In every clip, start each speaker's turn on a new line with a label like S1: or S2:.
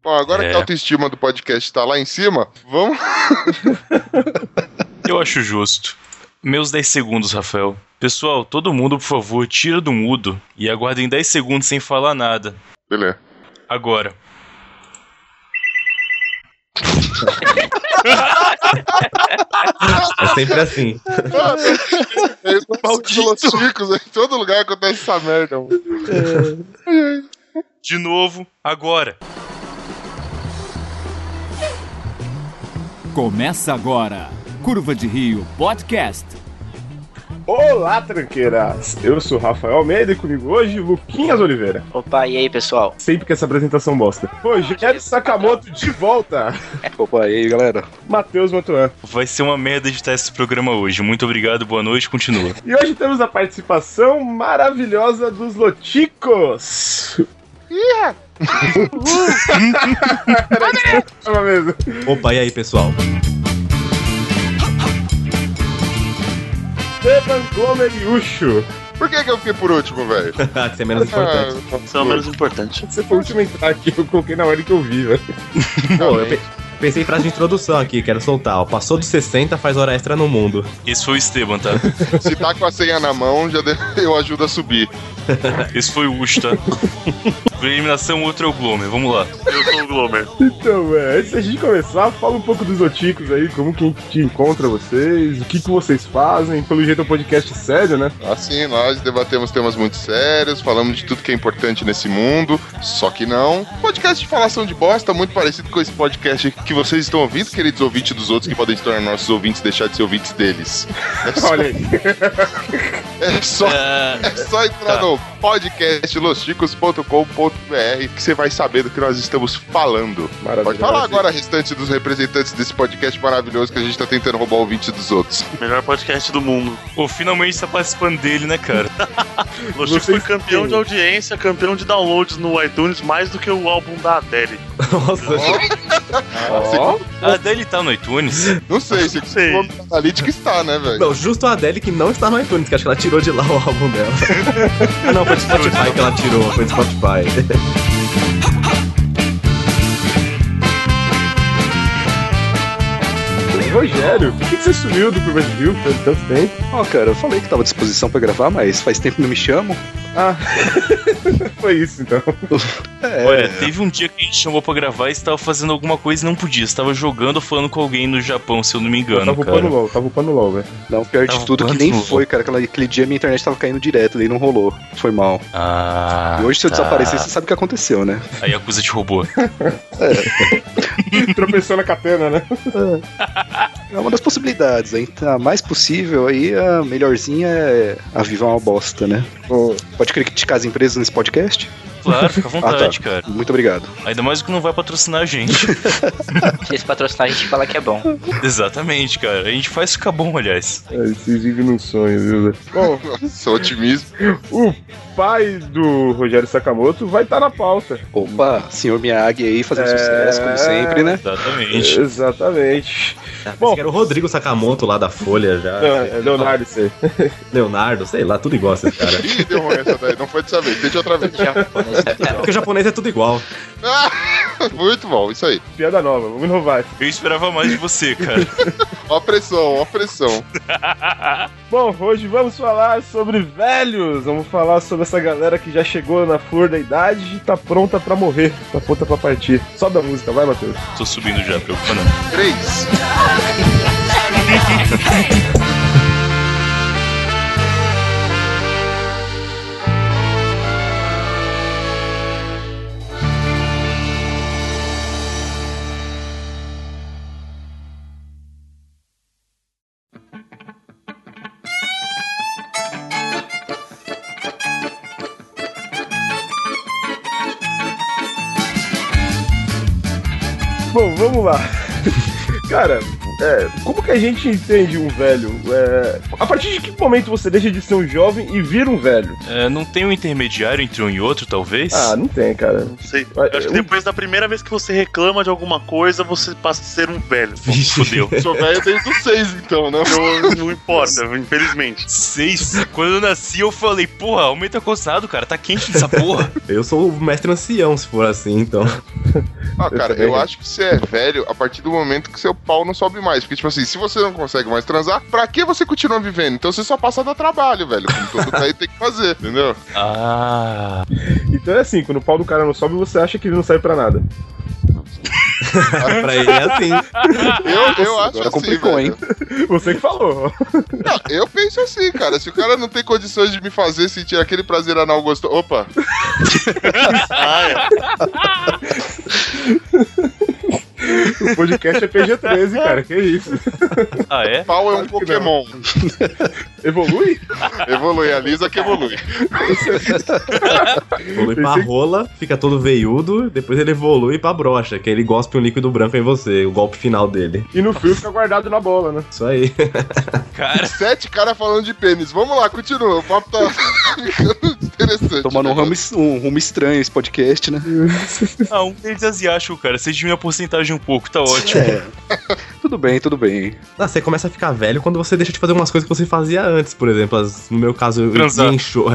S1: Bom, agora
S2: É.
S1: que a autoestima do podcast tá lá em cima, vamos.
S3: Eu acho justo. Meus 10 segundos, Rafael. Pessoal, todo mundo, por favor, tira do mudo e aguardem 10 segundos sem falar nada.
S1: Beleza.
S3: Agora.
S2: É sempre assim.
S1: É isso, pelos chicos, em todo lugar acontece essa merda. mano.
S3: De novo, agora.
S4: Começa agora. Curva de Rio Podcast.
S5: Olá, tranqueiras! Eu sou o Rafael Almeida e comigo hoje Luquinhas Oliveira.
S6: Opa, e aí, pessoal?
S5: Sempre com essa apresentação bosta. Rogério Sakamoto de volta!
S7: Opa, e aí, galera?
S5: Matheus Mantuan.
S3: Vai ser uma merda editar esse programa hoje. Muito obrigado, boa noite, continua.
S5: E hoje temos a participação maravilhosa dos Loticos! Era uma mesa.
S2: Opa, e aí, pessoal?
S5: Esteban Gomes e Ucho.
S1: Por que, que eu fiquei por último, velho? Ah,
S2: Isso é menos importante.
S6: São menos importante.
S5: Você foi o último a entrar aqui, eu coloquei na hora que eu vi, né? velho.
S2: Pô, eu pe- pensei em frase de introdução aqui, quero soltar. ó. Passou dos 60, faz hora extra no mundo.
S3: Esse foi o Esteban, tá?
S1: Se tá com a senha na mão, já de- eu ajudo a subir.
S3: Esse foi o Ush, tá? Por eliminação, outro é o Glomer. Vamos lá.
S6: Eu sou o Glomer.
S5: Então, é, antes da gente começar, fala um pouco dos Loticos aí, como que te encontra vocês, o que, que vocês fazem. Pelo jeito é um podcast sério, né?
S1: Assim, nós debatemos temas muito sérios, falamos de tudo que é importante nesse mundo, só que não. Podcast de falação de bosta, muito parecido com esse podcast que vocês estão ouvindo, queridos ouvintes dos outros, que podem se tornar nossos ouvintes e deixar de ser ouvintes deles. É só,
S5: Olha aí.
S1: é só, é só entrar no podcastlosticos.com.br que você vai saber do que nós estamos falando.
S5: Maravilhoso.
S1: Pode falar agora, restante dos representantes desse podcast maravilhoso que a gente tá tentando roubar o ouvinte dos outros.
S6: Melhor podcast do mundo.
S3: Pô, finalmente tá participando dele, né, cara?
S6: Logico
S5: Vocês
S6: foi campeão
S5: têm.
S6: de audiência, campeão de downloads no iTunes, mais do que o álbum da Adele.
S2: Nossa,
S5: Ó,
S3: A Adele tá no iTunes?
S1: Não sei se
S6: Não sei.
S1: o analítico está, né, velho?
S2: não, justo a Adele que não está no iTunes, que acho que ela tirou de lá o álbum dela. Ah, não, foi do Spotify que ela tirou, foi do Spotify.
S1: né?
S5: Rogério, por que que você sumiu do Curva de Rio tanto, tanto tempo?
S7: Ó, cara, eu falei que tava à disposição pra gravar, mas faz tempo que não me chamam.
S5: Ah, foi isso então.
S7: É,
S3: Olha, teve um dia que a gente chamou pra gravar e estava fazendo alguma coisa e não podia. Estava jogando ou falando com alguém no Japão, se eu não me
S5: Eu
S3: engano,
S5: tava upando
S3: cara.
S5: LOL, tava upando LOL, velho.
S7: não, pior de
S3: Tava
S7: tudo é que
S3: quanto?
S7: nem foi, cara. Aquela, aquele dia minha internet tava caindo direto, daí não rolou. Foi mal.
S3: Ah.
S7: e hoje, se eu
S3: tá.
S7: desaparecer, você sabe o que aconteceu, né?
S3: Aí a coisa te roubou.
S5: Tropeçou na catena, né?
S7: É uma das possibilidades. Aí, tá, a mais possível, aí a melhorzinha é avivar uma bosta, né?
S5: Ô,
S7: Pode criticar as empresas nesse podcast?
S3: Claro, fica à vontade,
S5: Ah, tá.
S3: cara.
S7: Muito obrigado.
S3: Ainda mais o que não vai patrocinar a gente.
S8: Se eles patrocinarem, a gente fala que é bom.
S3: Exatamente, cara. A gente faz ficar bom, aliás.
S5: é, Vocês vivem num sonho, viu, velho? Bom,
S1: Sou otimista.
S5: o pai do Rogério Sakamoto vai estar na pauta.
S7: Opa, senhor Miyagi aí fazendo
S5: É.
S7: sucesso, como sempre, né?
S3: Exatamente.
S5: Exatamente.
S2: Bom, era o Rodrigo Sakamoto lá da Folha já.
S5: Não, é Leonardo, isso aí.
S2: Leonardo, sei lá, tudo igual esses caras.
S1: Ih, deu ruim essa daí, não foi dessa vez, deixa outra vez.
S2: É porque o japonês é tudo igual.
S1: Muito bom, isso aí.
S5: Piada nova, vamos inovar.
S3: Eu esperava mais de você, cara.
S1: Ó a pressão, ó a pressão.
S5: Bom, hoje vamos falar sobre velhos. Vamos falar sobre essa galera que já chegou na flor da idade e tá pronta pra morrer, tá pronta pra partir. Sobe a música, vai, Matheus.
S3: Tô subindo já, preocupa não.
S1: Três.
S5: Bom, vamos lá. Cara, é, como que a gente entende um velho? É, a partir de que momento você deixa de ser um jovem e vira um velho?
S3: É, não tem um intermediário entre um e outro, talvez?
S5: Ah, não tem, cara.
S6: Não sei.
S1: Ah,
S5: Vai-
S6: Eu acho que depois da primeira vez que você reclama de alguma coisa, você passa a ser um velho.
S3: Fudeu.
S1: Eu sou velho desde os seis, então, né?
S6: Não, não importa, infelizmente.
S3: Seis. Quando eu nasci, eu falei, porra, aumenta coçado, cara. Tá quente nessa porra.
S2: Eu sou o mestre ancião, se for assim, então.
S1: Ah, cara,
S5: também.
S1: eu acho que você é velho a partir do momento que seu pau não sobe mais. Porque, tipo assim, se você não consegue mais transar, pra que você continua vivendo? Então você só passa a dar trabalho, velho. Como todo daí tem que fazer, entendeu?
S3: Ah.
S5: Então é assim, quando o pau do cara não sobe, você acha que ele não serve pra nada.
S2: pra ele é assim.
S1: Eu, eu acho
S7: Agora
S1: assim.
S7: complicou,
S1: velho.
S7: hein?
S5: Você que falou.
S1: Não, eu penso assim, cara. Se o cara não tem condições de me fazer sentir aquele prazer anal gostoso. Opa!
S6: Ah,
S5: O podcast é PG-13, cara. Que isso?
S3: Ah, é?
S1: Pau é um
S5: Claro que
S1: Pokémon.
S5: Evolui?
S1: Evolui, a Lisa que evolui.
S2: Evolui pra rola, fica todo veiudo, depois ele evolui pra brocha, que aí ele gospe um líquido branco em você, o golpe final dele.
S5: E no fio fica guardado na bola, né?
S2: Isso aí.
S3: Cara,
S1: Sete caras falando de pênis. Vamos lá, continua. O papo tá ficando interessante.
S7: Tomando um
S1: né?
S7: rumo, es- um rumo estranho esse podcast, né?
S3: ah, um deles é asiático, cara. Você diminui a porcentagem um pouco, tá ótimo.
S7: É. Tudo bem, tudo bem.
S2: Ah, você começa a ficar velho quando você deixa de fazer umas coisas que você fazia antes, por exemplo. as- no meu caso, eu
S3: Transar.
S2: ia em show.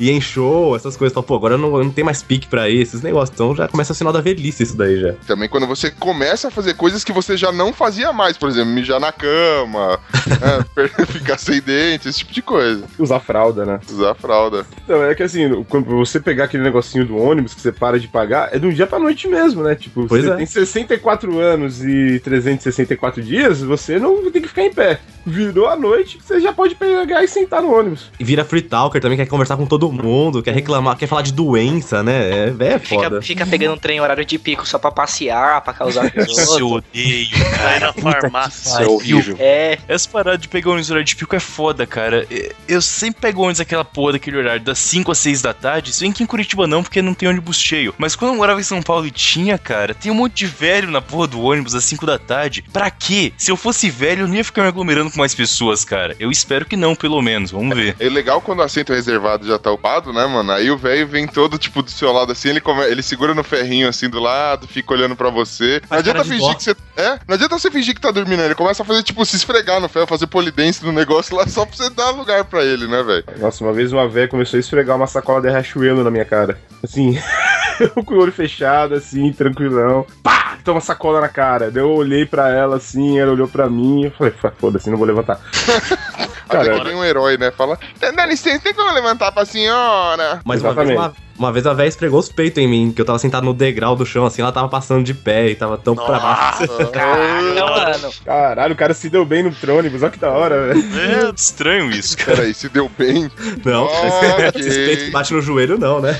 S2: ia em show, essas coisas. Fala, Pô, agora eu não, eu não tenho mais pique pra isso, esses negócios. Então já começa o sinal da velhice isso daí já.
S1: Também quando você começa a fazer coisas que você já não fazia mais, por exemplo, mijar na cama, né, per- ficar sem dente, esse tipo de coisa.
S5: Usar fralda, né?
S1: Usar fralda.
S5: Então, é que assim, quando você pegar aquele negocinho do ônibus que você para de pagar, é de um dia pra noite mesmo, né? Tipo,
S2: Pois
S5: você
S2: é.
S5: tem 64 anos e 364 dias, você não tem que ficar em pé. Virou a noite, você já pode pegar e sentar no ônibus.
S2: E vira free talker também, quer conversar com todo mundo, quer reclamar, quer falar de doença, né? É, véio, é foda.
S8: Fica, fica pegando um trem em horário de pico só pra passear, pra causar
S3: Nossa, eu
S8: risoto.
S3: odeio.
S6: Tá aí na farmácia.
S7: Isso é horrível.
S8: É,
S3: Essa parada de pegar ônibus no horário de pico é foda, cara. E- Eu sempre pego ônibus aquela porra daquele horário das 5 às 6 da tarde. Se bem que em Curitiba não, porque não tem ônibus cheio. Mas quando eu morava em São Paulo e tinha, cara, tem um monte de velho na porra do ônibus às 5 da tarde. Pra quê? Se eu fosse velho, eu não ia ficar me aglomerando com mais pessoas, cara. Eu espero que não, pelo menos. Vamos ver.
S1: É legal quando o assento reservado já tá upado, né, mano? Aí o velho vem todo, tipo, do seu lado assim, ele, come- ele segura no ferrinho assim do lado, fica olhando pra você. Não
S2: Faz cara
S1: adianta
S2: de
S1: fingir
S2: dó.
S1: que você. É? Não adianta você fingir que tá dormindo, ele começa a fazer, tipo, se esfregar no ferro, fazer polidense no negócio lá só pra você dar lugar pra ele, né, velho?
S5: Nossa, uma vez uma véia começou a esfregar uma sacola de Riachuelo na minha cara. Assim, eu com o olho fechado, assim, tranquilão. Pá! Toma sacola na cara. Daí eu olhei pra ela assim, ela olhou pra mim. Eu falei, foda-se, não vou levantar.
S1: Até
S5: Cara,
S1: que vem um herói, né? Fala, dá licença, tem como levantar pra senhora?
S2: Mas uma vez,
S5: Exatamente.
S2: uma, uma vez a véia esfregou os peitos em mim, que eu tava sentado no degrau do chão, assim, ela tava passando de pé e tava tão pra baixo.
S1: Ah.
S8: caralho, mano.
S5: Caralho, o cara se deu bem no trônibus, olha que da hora, velho.
S3: É estranho isso, cara.
S1: Peraí, se deu bem.
S2: Não,
S1: Ok.
S2: esses peitos que batem no joelho, não, né?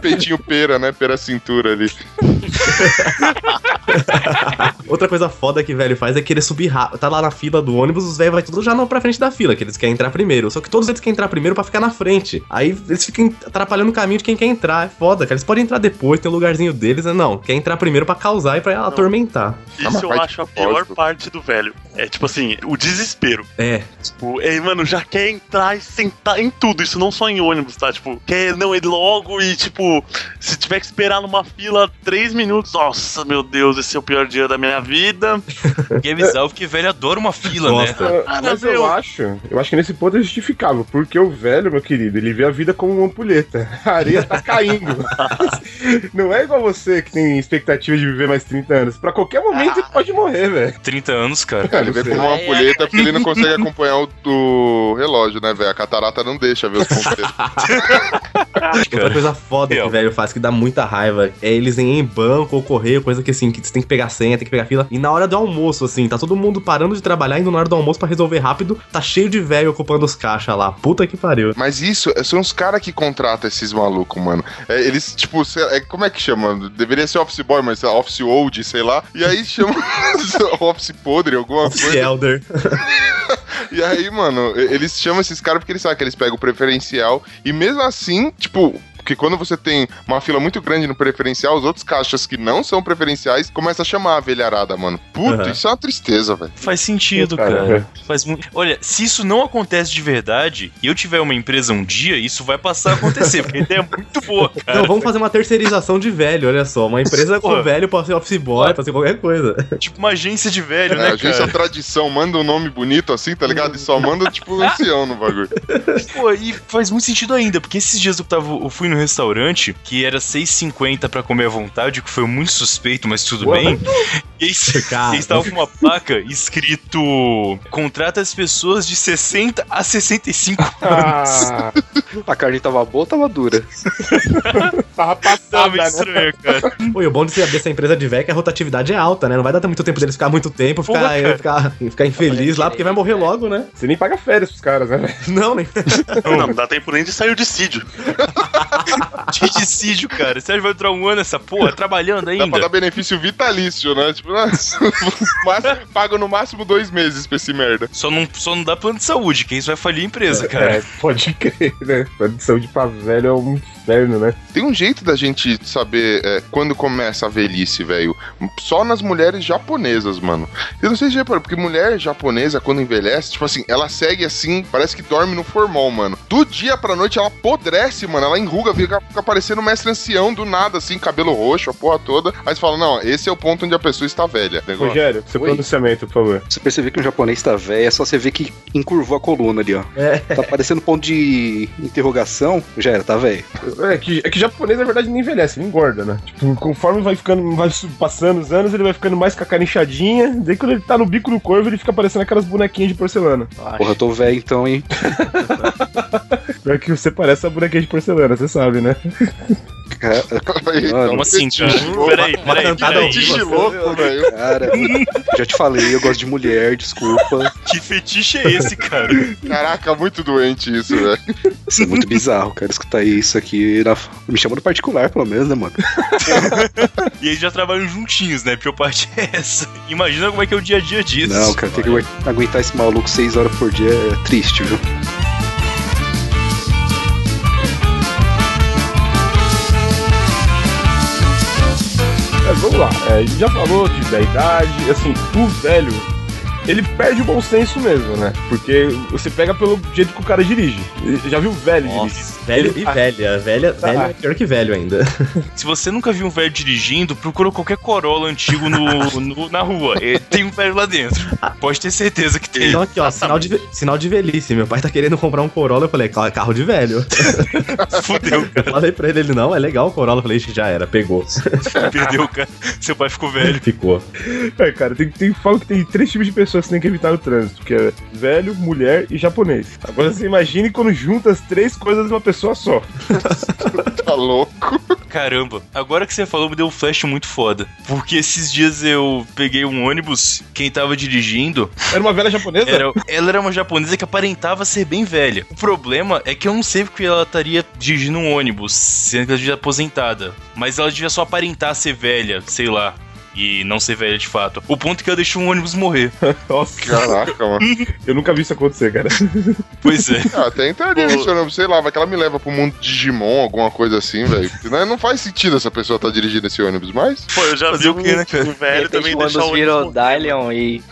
S1: Peitinho pera, né? Pera cintura ali.
S2: Outra coisa foda que velho faz é querer subir rápido. Tá lá na fila do ônibus, os velhos vai tudo já não pra frente da fila, que eles querem entrar primeiro. Só que todos eles querem entrar primeiro pra ficar na frente. Aí eles ficam atrapalhando o caminho de quem quer entrar. É foda, cara. Eles podem entrar depois, tem o lugarzinho deles. né? Não, quer entrar primeiro pra causar e pra atormentar.
S1: mas
S6: Isso eu
S1: faz Tá de
S6: acho a pior
S1: propósito.
S6: parte do velho. É tipo assim, o desespero.
S2: É,
S6: Tipo, é, mano, já quer entrar e sentar em tudo. Isso não só em ônibus, tá? Tipo, quer não ir logo e, tipo, se tiver que esperar numa fila três minutos, nossa, meu Deus, esse é o pior dia da minha vida.
S3: Quem avisar, porque velho adora uma fila, né?
S2: gosta.
S5: Mas eu acho, eu acho que nesse ponto é justificável, porque o velho, meu querido, ele vê a vida como uma ampulheta. A areia tá caindo. Não é igual você que tem expectativa de viver mais 30 anos. Pra qualquer momento ele pode morrer, velho.
S3: 30 anos, cara.
S1: Ele vê como uma
S8: Ai, ai,
S1: ampulheta porque ele não consegue acompanhar o do relógio, né, velho? A catarata não deixa ver os pontos dele.
S2: Outra coisa foda
S3: Eu.
S2: que velho faz que dá muita raiva é eles irem em banco ou correio, coisa que assim, que você tem que pegar senha, tem que pegar fila. E na hora do almoço, assim, tá todo mundo parando de trabalhar, indo na hora do almoço pra resolver rápido, tá cheio de velho ocupando os caixas lá. Puta que pariu.
S1: Mas isso, são os caras que contratam esses malucos, mano. É, eles, tipo, sei lá, é, como é que chama? Deveria ser office boy, mas sei lá, office old, sei lá. E aí chama office podre, alguma coisa.
S2: Elder.
S1: E aí, mano, e- eles chamam esses caras porque eles sabem que eles pegam o preferencial. E mesmo assim, tipo, Porque quando você tem uma fila muito grande no preferencial, os outros caixas que não são preferenciais começam a chamar a velharada, mano. Puta,
S2: Aham.
S1: isso é uma tristeza, velho.
S3: Faz sentido,
S5: Cara,
S3: cara. Faz muito. Olha, se isso não acontece de verdade e eu tiver uma empresa um dia, isso vai passar a acontecer, porque a ideia é muito boa, cara.
S2: Não, vamos fazer uma terceirização de velho, olha só. Uma empresa
S3: Porra.
S2: com velho pode ser office boy, pode ser qualquer coisa.
S3: Tipo uma agência de velho,
S1: É,
S3: né,
S1: a gente é
S3: cara?
S1: tradição, manda um nome bonito assim, tá ligado? E só manda, tipo, um ancião no bagulho.
S3: Pô, e faz muito sentido ainda, porque esses dias eu, tava, eu fui no restaurante, que era 6,50 pra comer à vontade, o que foi muito suspeito, mas tudo
S2: Ué.
S3: bem. E aí,
S2: Cara.
S3: eles estavam com uma placa escrito: contrata as pessoas de 60 a 65
S5: Ah,
S7: A carne tava boa ou tava dura?
S3: Tá
S5: tava passada,
S3: meio
S5: né?
S3: estranho, cara.
S2: Pô, e o bom de se abrir essa empresa de velho é que a rotatividade é alta, né? Não vai dar muito tempo deles ficar muito tempo,
S3: Porra,
S2: ficar,
S3: cara.
S2: ficar, ficar infeliz lá, porque vai morrer logo, né?
S5: Você nem paga férias pros caras, né? velho?
S2: Não, nem.
S6: Não, não dá tempo nem de sair o dissídio.
S3: Genticídio, cara. Sérgio vai durar um ano essa porra, trabalhando
S1: Dá pra
S3: ainda.
S1: dar benefício vitalício, né? Tipo, nossa, máximo- paga no máximo dois meses pra esse merda.
S3: Só não, só não dá plano de saúde, que isso vai falir a empresa, cara.
S5: É, pode crer, né? Tradição de pra velho é um inferno, né?
S1: Tem um jeito da gente saber é, quando começa a velhice, velho. Só nas mulheres japonesas, mano. Eu não sei se já reparou, porque mulher japonesa, quando envelhece, tipo assim, ela segue assim, parece que dorme no formol, mano. Do dia pra noite ela apodrece, mano. Ela enruga, fica, fica parecendo um mestre ancião do nada, assim, cabelo roxo, a porra toda. Aí você fala, não, esse é o ponto onde a pessoa está velha. Negócio.
S5: Rogério, seu
S7: Oi.
S5: pronunciamento, por favor.
S7: Você perceber que um japonês tá velho, é só você ver que encurvou a coluna ali, ó.
S2: É.
S7: Tá parecendo ponto de interrogação. Já era, tá velho.
S5: É que, é que japonês, na verdade, não envelhece, ele engorda, né? Tipo, conforme vai ficando, vai su- passando os anos, ele vai ficando mais com a cara inchadinha. Daí quando ele tá no bico do corvo, ele fica parecendo aquelas bonequinhas de porcelana.
S7: Porra, eu tô velho então, hein?
S5: Pior que você parece a bonequinha de porcelana, você sabe, né?
S7: Cara,
S1: Então,
S3: Como assim, cara?
S1: Louco,
S3: Peraí,
S2: Uma
S3: peraí,
S2: cantada ao
S3: peraí.
S2: vivo.
S1: Fetiche
S2: assim.
S1: louco, velho.
S7: cara, já te falei, eu gosto de mulher, desculpa.
S3: Que fetiche é esse, cara?
S1: Caraca, muito doente isso, velho.
S7: Isso é muito bizarro, cara, escutar isso aqui. na- Me chamando particular, pelo menos, né, mano?
S3: E eles já trabalham juntinhos, né? Pior parte é essa. Imagina como é que é o dia a dia disso.
S7: Não, cara, tem que agu- aguentar esse maluco seis horas por dia é triste, viu?
S5: Mas vamos lá, é, a gente já falou de, da idade, assim, o velho, ele perde o bom senso mesmo, né? Porque você pega pelo jeito que o cara dirige. Já viu o velho dirigir?
S3: Nossa.
S2: Velho e velha. Velha,
S5: Tá.
S2: velha é pior que velho ainda.
S3: Se você nunca viu um velho dirigindo, procura qualquer Corolla antigo no, no- na rua. E Tem um velho lá dentro. Pode ter certeza que tem.
S2: Então aqui, ó, sinal de, ve- sinal de velhice. Meu pai tá querendo comprar um Corolla, eu falei, "Ca- carro de velho.
S3: Fudeu,
S2: Eu falei pra ele, ele, não, é legal o Corolla. Eu falei, "Ixi, já era, pegou.
S3: cara. Perdeu, cara. Seu pai ficou velho.
S2: Ficou.
S5: É, cara, tem, tem, falo que tem três tipos de pessoas que você tem que evitar no trânsito, que é velho, mulher e japonês. Agora você imagine quando junta as três coisas numa pessoa só.
S1: Tá louco.
S3: Caramba, agora que você falou me deu um flash muito foda. Porque esses dias eu peguei um ônibus, quem tava dirigindo,
S5: Era uma velha japonesa?
S3: era, ela era uma japonesa que aparentava ser bem velha. O problema é que eu não sei porque ela estaria dirigindo um ônibus, sendo que ela devia aposentada. Mas ela devia só aparentar ser velha, sei lá. E não ser velha de fato. O ponto é que ela deixou um ônibus morrer.
S5: Nossa,
S1: Caraca, mano.
S5: eu nunca vi isso acontecer, cara.
S3: Pois é.
S1: Ah, até entraria nesse nome, sei lá, vai que ela me leva pro mundo Digimon, alguma coisa assim, velho. Porque, né, Não faz sentido essa pessoa tá dirigindo esse ônibus, mas
S6: Pô, eu já
S3: Fazer
S6: vi
S3: o quê, né, cara?
S6: um, um velho também
S8: quando
S6: deixar o
S8: virou
S6: ônibus-
S8: Dylion e.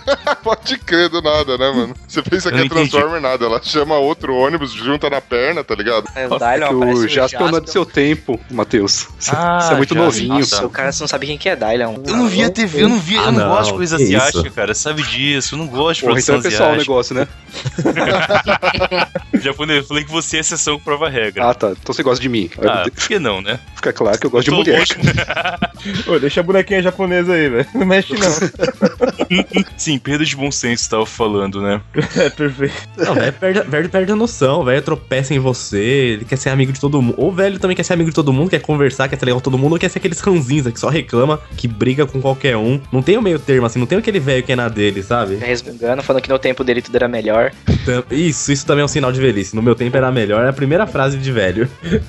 S1: pode crer do nada, né, mano? Você pensa
S3: Eu
S1: que
S3: não
S1: é
S3: entendi.
S1: Transformer nada, ela chama outro ônibus, junta na perna, tá ligado?
S8: é, O
S7: É que
S8: Dylion
S7: o
S8: parece
S7: Jasper não é do seu tempo, Matheus. Você
S3: Ah,
S7: você é muito
S3: Jasper,
S7: novinho.
S3: tá.
S8: Nossa, o cara você não sabe quem que é Dylion.
S3: Eu não vi a TV, eu não vi,
S2: Ah,
S3: eu não,
S2: não,
S3: gosto de coisa
S2: que isso.
S3: asiática, cara. Sabe disso, eu não gosto de
S7: Porra,
S3: produção
S7: então é pessoal o
S3: asiática.
S7: negócio, né?
S3: Japonês, eu falei que você é exceção que prova a regra.
S7: Ah, tá. Então você gosta de mim.
S3: Ah, por que não, né?
S7: Fica claro que eu gosto de
S3: Tô
S7: mulher.
S3: longe-
S5: Ô, deixa a bonequinha japonesa aí, velho. Não mexe não.
S3: Sim, perda de bom senso, tava falando, né?
S5: É, perfeito.
S2: Não, velho perde, velho perde a noção, velho tropeça em você, ele quer ser amigo de todo mundo. Ou velho também quer ser amigo de todo mundo, quer conversar, quer ser legal com todo mundo, ou quer ser aqueles ranzinza que só reclama, que briga com qualquer um. Não tem o meio termo, assim, não tem aquele velho que é na dele, sabe?
S8: Resmungando, falando que no tempo dele tudo era melhor.
S2: Então, Isso, isso também é um sinal de velhice. No meu tempo era melhor, é a primeira frase de velho.
S1: Velho,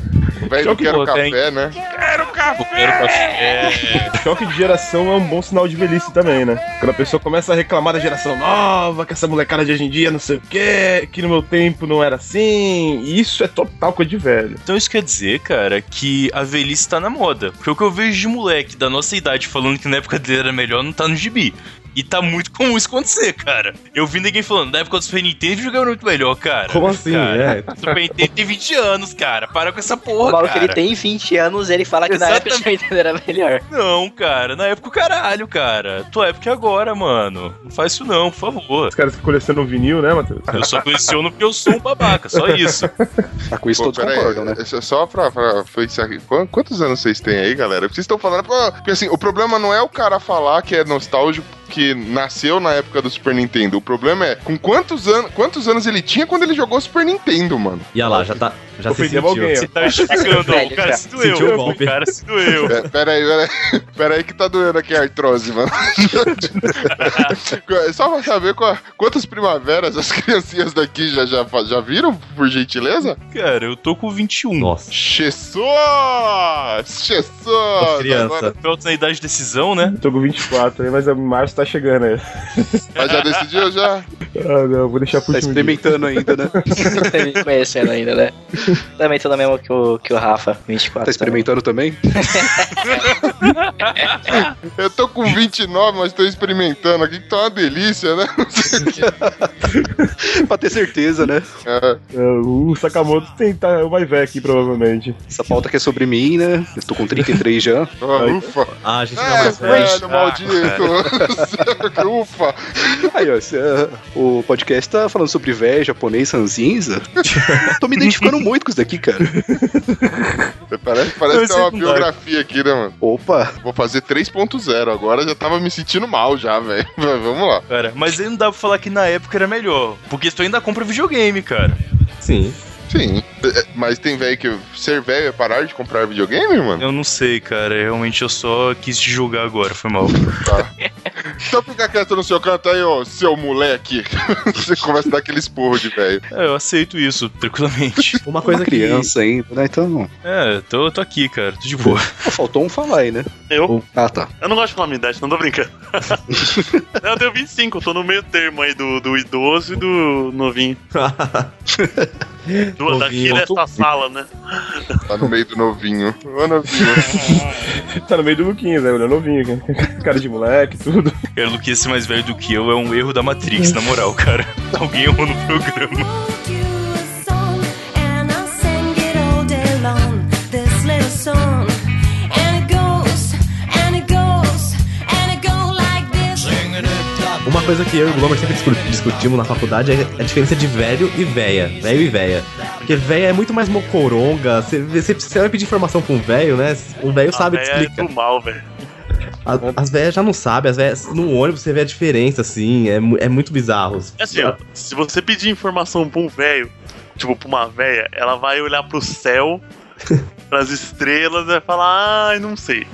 S3: Show
S1: não
S3: que
S1: quero
S3: boa,
S1: café,
S3: tem.
S1: né?
S3: Eu quero café.
S5: Choque de geração é um bom sinal de velhice também, né? Quando a pessoa começa a reclamar da geração nova, que essa molecada de hoje em dia não sei o quê, que no meu tempo não era assim, isso é total coisa de velho.
S3: Então isso quer dizer, cara, que a velhice tá na moda. Porque o que eu vejo de moleque da nossa idade falando que na época dele era melhor não tá no gibi. E tá muito comum isso acontecer, cara. Eu vi ninguém falando, na época do Super Nintendo jogava muito melhor, cara.
S2: Como assim?
S3: Cara,
S2: É.
S3: Super Nintendo tem 20 anos, cara. Para com essa porra,
S8: o maluco
S3: cara.
S8: ele tem 20 anos ele fala que na época o Nintendo era melhor.
S3: Não, cara. Na época o caralho, cara. Tua época é agora, mano. Não faz isso não, por favor.
S5: Os caras que colecionam vinil, né, Matheus?
S3: Eu só coleciono porque eu sou um babaca, só isso.
S7: Ah, com isso
S1: Pô,
S7: todos
S1: peraí,
S7: concordam, né?
S1: é só- Só pra, pra fixar aqui, qu- quantos anos vocês têm aí, galera? Porque Vocês estão falando. pô, Porque assim, o problema não é o cara falar que é nostálgico, que nasceu na época do Super Nintendo. O problema é com quantos anos, quantos anos ele tinha quando ele jogou Super Nintendo, mano.
S2: E olha lá, já tá. Já se
S5: Ofendeu
S2: sentiu.
S5: alguém, ó.
S3: Você tá justificando, ó. O
S8: Velho,
S3: cara
S8: já.
S3: se doeu.
S2: Sentiu o
S3: o
S2: golpe.
S3: cara se doeu.
S1: É, peraí, peraí, peraí que tá doendo aqui a artrose, mano. Só pra saber qual- quantas primaveras as criancinhas daqui já, já, fa- já viram, por gentileza?
S3: Cara, eu tô com 21.
S2: Nossa.
S1: Jesus! Jesus!
S2: criança.
S3: Pronto na idade de decisão, né?
S5: Tô com 24 aí, mas o março tá chegando aí.
S1: Mas já decidiu, já?
S5: Ah, não, vou deixar por
S7: Tá
S5: último. dia.
S7: experimentando ainda, né?
S8: Tá me conhecendo ainda, né? Também tô na mesma que o, que o Rafa, 24.
S7: Tá experimentando também?
S1: Eu tô com 29, mas tô experimentando aqui, que tá uma delícia, né?
S7: pra ter certeza, né?
S1: É,
S5: Ah, O Sakamoto tem, tá, vai ver aqui, provavelmente.
S7: Essa pauta que é sobre mim, né? Eu tô com 33 já.
S1: ó, ufa.
S2: Ah, a gente não é
S1: É,
S2: mais velho.
S1: velho, maldito. ufa.
S7: Aí, ó, esse, ah, o podcast tá falando sobre velho, japonês, ranzinza. tô me identificando muito com isso daqui, cara.
S1: Parece, parece que é uma
S3: secundário.
S1: biografia aqui, né, mano?
S7: Opa,
S1: Vou fazer 3.0 agora, já tava me sentindo mal já, velho. Mas Vamos lá.
S3: Cara, mas aí não dá pra falar que na época era melhor. Porque tu ainda compra videogame, cara.
S2: Sim.
S1: Sim. É, Mas tem velho que... Ser velho é parar de comprar videogame, mano?
S3: Eu não sei, cara. Realmente eu só quis te julgar agora, foi mal.
S1: Então fica quieto no seu canto aí, ô, seu moleque. Você começa a dar aquele esporro de velho.
S3: É, eu aceito isso, tranquilamente.
S2: Uma coisa
S7: uma criança ainda, né? Então,
S3: É, tô, tô aqui, cara. Tô de boa.
S7: pô, faltou um falar aí, né?
S6: Eu?
S7: Ah, tá.
S6: Eu não gosto de falar minha idade, não tô brincando. eu tenho 25, tô no meio termo aí do, do idoso e do novinho.
S2: que.
S6: Do,
S2: Novinho,
S6: daqui
S2: eu tô-
S6: dessa sala, né?
S1: Tá no meio do novinho. Ô, novinho.
S5: Tá no meio do Luquinhas, né? Ele é novinho, cara. cara de moleque, tudo.
S3: Cara, o Luquinha ser mais velho do que eu é um erro da Matrix, na moral, cara. Alguém errou no programa.
S9: wrote you a song, and I sang it all day long. This little song, and it goes, and it goes, and it goes like this.
S2: Uma coisa que eu e o Glomer sempre discu- discutimos na faculdade é a diferença de velho e véia. Velho e véia. Porque véia é muito mais mocoronga. Você, você, você vai pedir informação pra um velho, né? Um velho sabe
S6: A
S2: te
S6: véia
S2: explicar.
S6: É do mal, velho.
S2: A- As velhas já não sabem, as velhas. No ônibus você vê a diferença, assim. É, mu- é muito bizarro.
S6: É assim, ó, se você pedir informação pra um velho, tipo pra uma véia, ela vai olhar pro céu, pras estrelas, e vai falar, ai, não sei.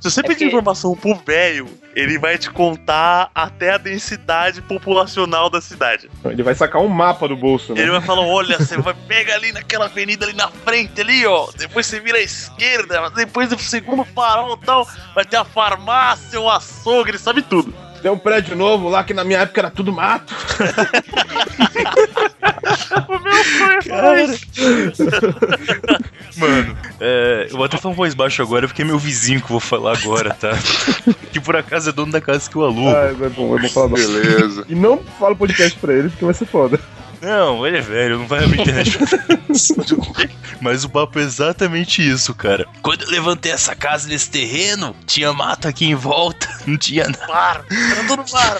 S6: Se você
S8: É
S6: pedir
S8: porque-
S6: informação pro velho, ele vai te contar até a densidade populacional da cidade.
S5: Ele vai sacar um mapa do bolso, né?
S6: Ele vai falar, olha, você vai pega ali naquela avenida ali na frente ali, ó. Depois você vira à esquerda, depois do segundo farol e tal, vai ter a farmácia, o açougue, ele sabe tudo.
S5: Tem um prédio novo lá que na minha época era tudo mato.
S6: O meu sonho é falar isso.
S3: Mano, é, eu vou até falar um voz baixo agora, porque é meu vizinho que eu vou falar agora, tá? que por acaso é dono da casa que eu alugo.
S5: Ah, é bom, é bom falar baixo.
S1: Beleza.
S5: E não fala o podcast pra ele, porque vai ser foda.
S3: Não, ele é velho, não vai abrir internet. Mas o papo é exatamente isso, cara. Quando eu levantei essa casa nesse terreno, tinha mato aqui em volta, não tinha nada.
S6: Para, eu tô no bar.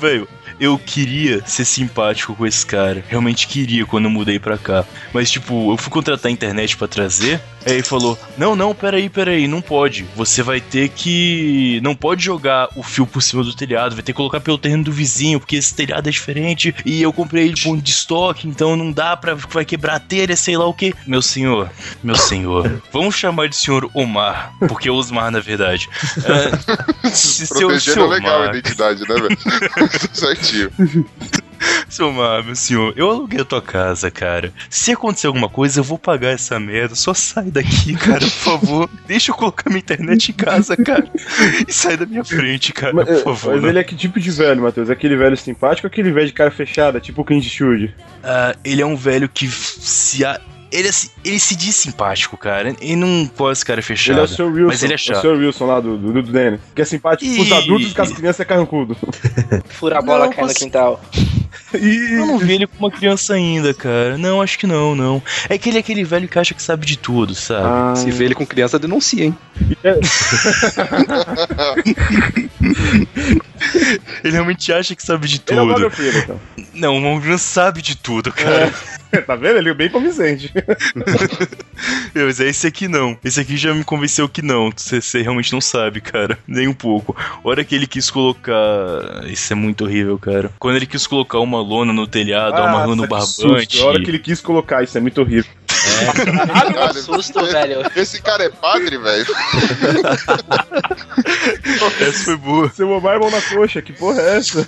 S3: Velho, eu queria ser simpático com esse cara. Realmente queria quando eu mudei pra cá. Mas, tipo, eu fui contratar a internet pra trazer. Aí ele falou: Não, não, peraí, peraí, não pode. Você vai ter que. Não pode jogar o fio por cima do telhado, vai ter que colocar pelo terreno do vizinho, porque esse telhado é diferente. E eu comprei ele ponto de estoque, então não dá pra. Vai quebrar a telha, sei lá o que. Meu senhor, meu senhor. Vamos chamar de senhor Omar, porque é Osmar, na verdade. É, se seu-
S1: Protegendo é
S3: seu
S1: legal a
S3: Omar,
S1: identidade, né, velho? Certinho.
S3: Seu Mar, meu senhor, eu aluguei a tua casa, cara. Se acontecer alguma coisa, eu vou pagar essa merda. Só sai daqui, cara, por favor. Deixa eu colocar minha internet em casa, cara. E sai da minha frente, cara,
S5: Mas,
S3: por favor.
S5: mas
S3: né?
S5: ele é que tipo de velho, Matheus? É Aquele velho simpático ou aquele velho de cara fechada, tipo o Clint
S3: Ah, ele é um velho que se. A... Ele, é se- ele se diz simpático, cara. Ele não quase cara fechado.
S5: Ele é o seu Wilson.
S3: Mas ele é
S5: o
S3: chato.
S5: seu Wilson lá do, do, do Dennis. Que é simpático pros
S3: Ih.
S5: adultos, com as crianças é carrancudo.
S8: Fura a bola,
S3: Não,
S8: cai no
S3: você-
S8: quintal.
S3: Eu não vi ele como uma criança ainda, cara. Não, acho que não, não. É que ele é aquele velho que acha que sabe de tudo, sabe?
S5: Ah,
S7: Se vê ele com criança, denuncia, hein?
S3: Ele realmente acha que sabe de
S5: ele é o
S3: tudo.
S5: Mario Filho, então.
S3: Não, o Mongrel sabe de tudo, cara.
S5: tá vendo? Ele é bem convincente.
S3: Tá Eu, Mas é esse aqui não. Esse aqui já me convenceu que não. Você, você realmente não sabe, cara. Nem um pouco. A hora que ele quis colocar. Isso é muito horrível, cara. Quando ele quis colocar uma lona no telhado, amarrando no
S5: que
S3: barbante.
S5: susto. Ah, A hora que ele quis colocar, isso é muito horrível.
S1: Cara,
S8: Susto, velho.
S1: Esse cara é padre, velho?
S3: Essa foi boa.
S5: Seu Omar mão na coxa, que porra é essa?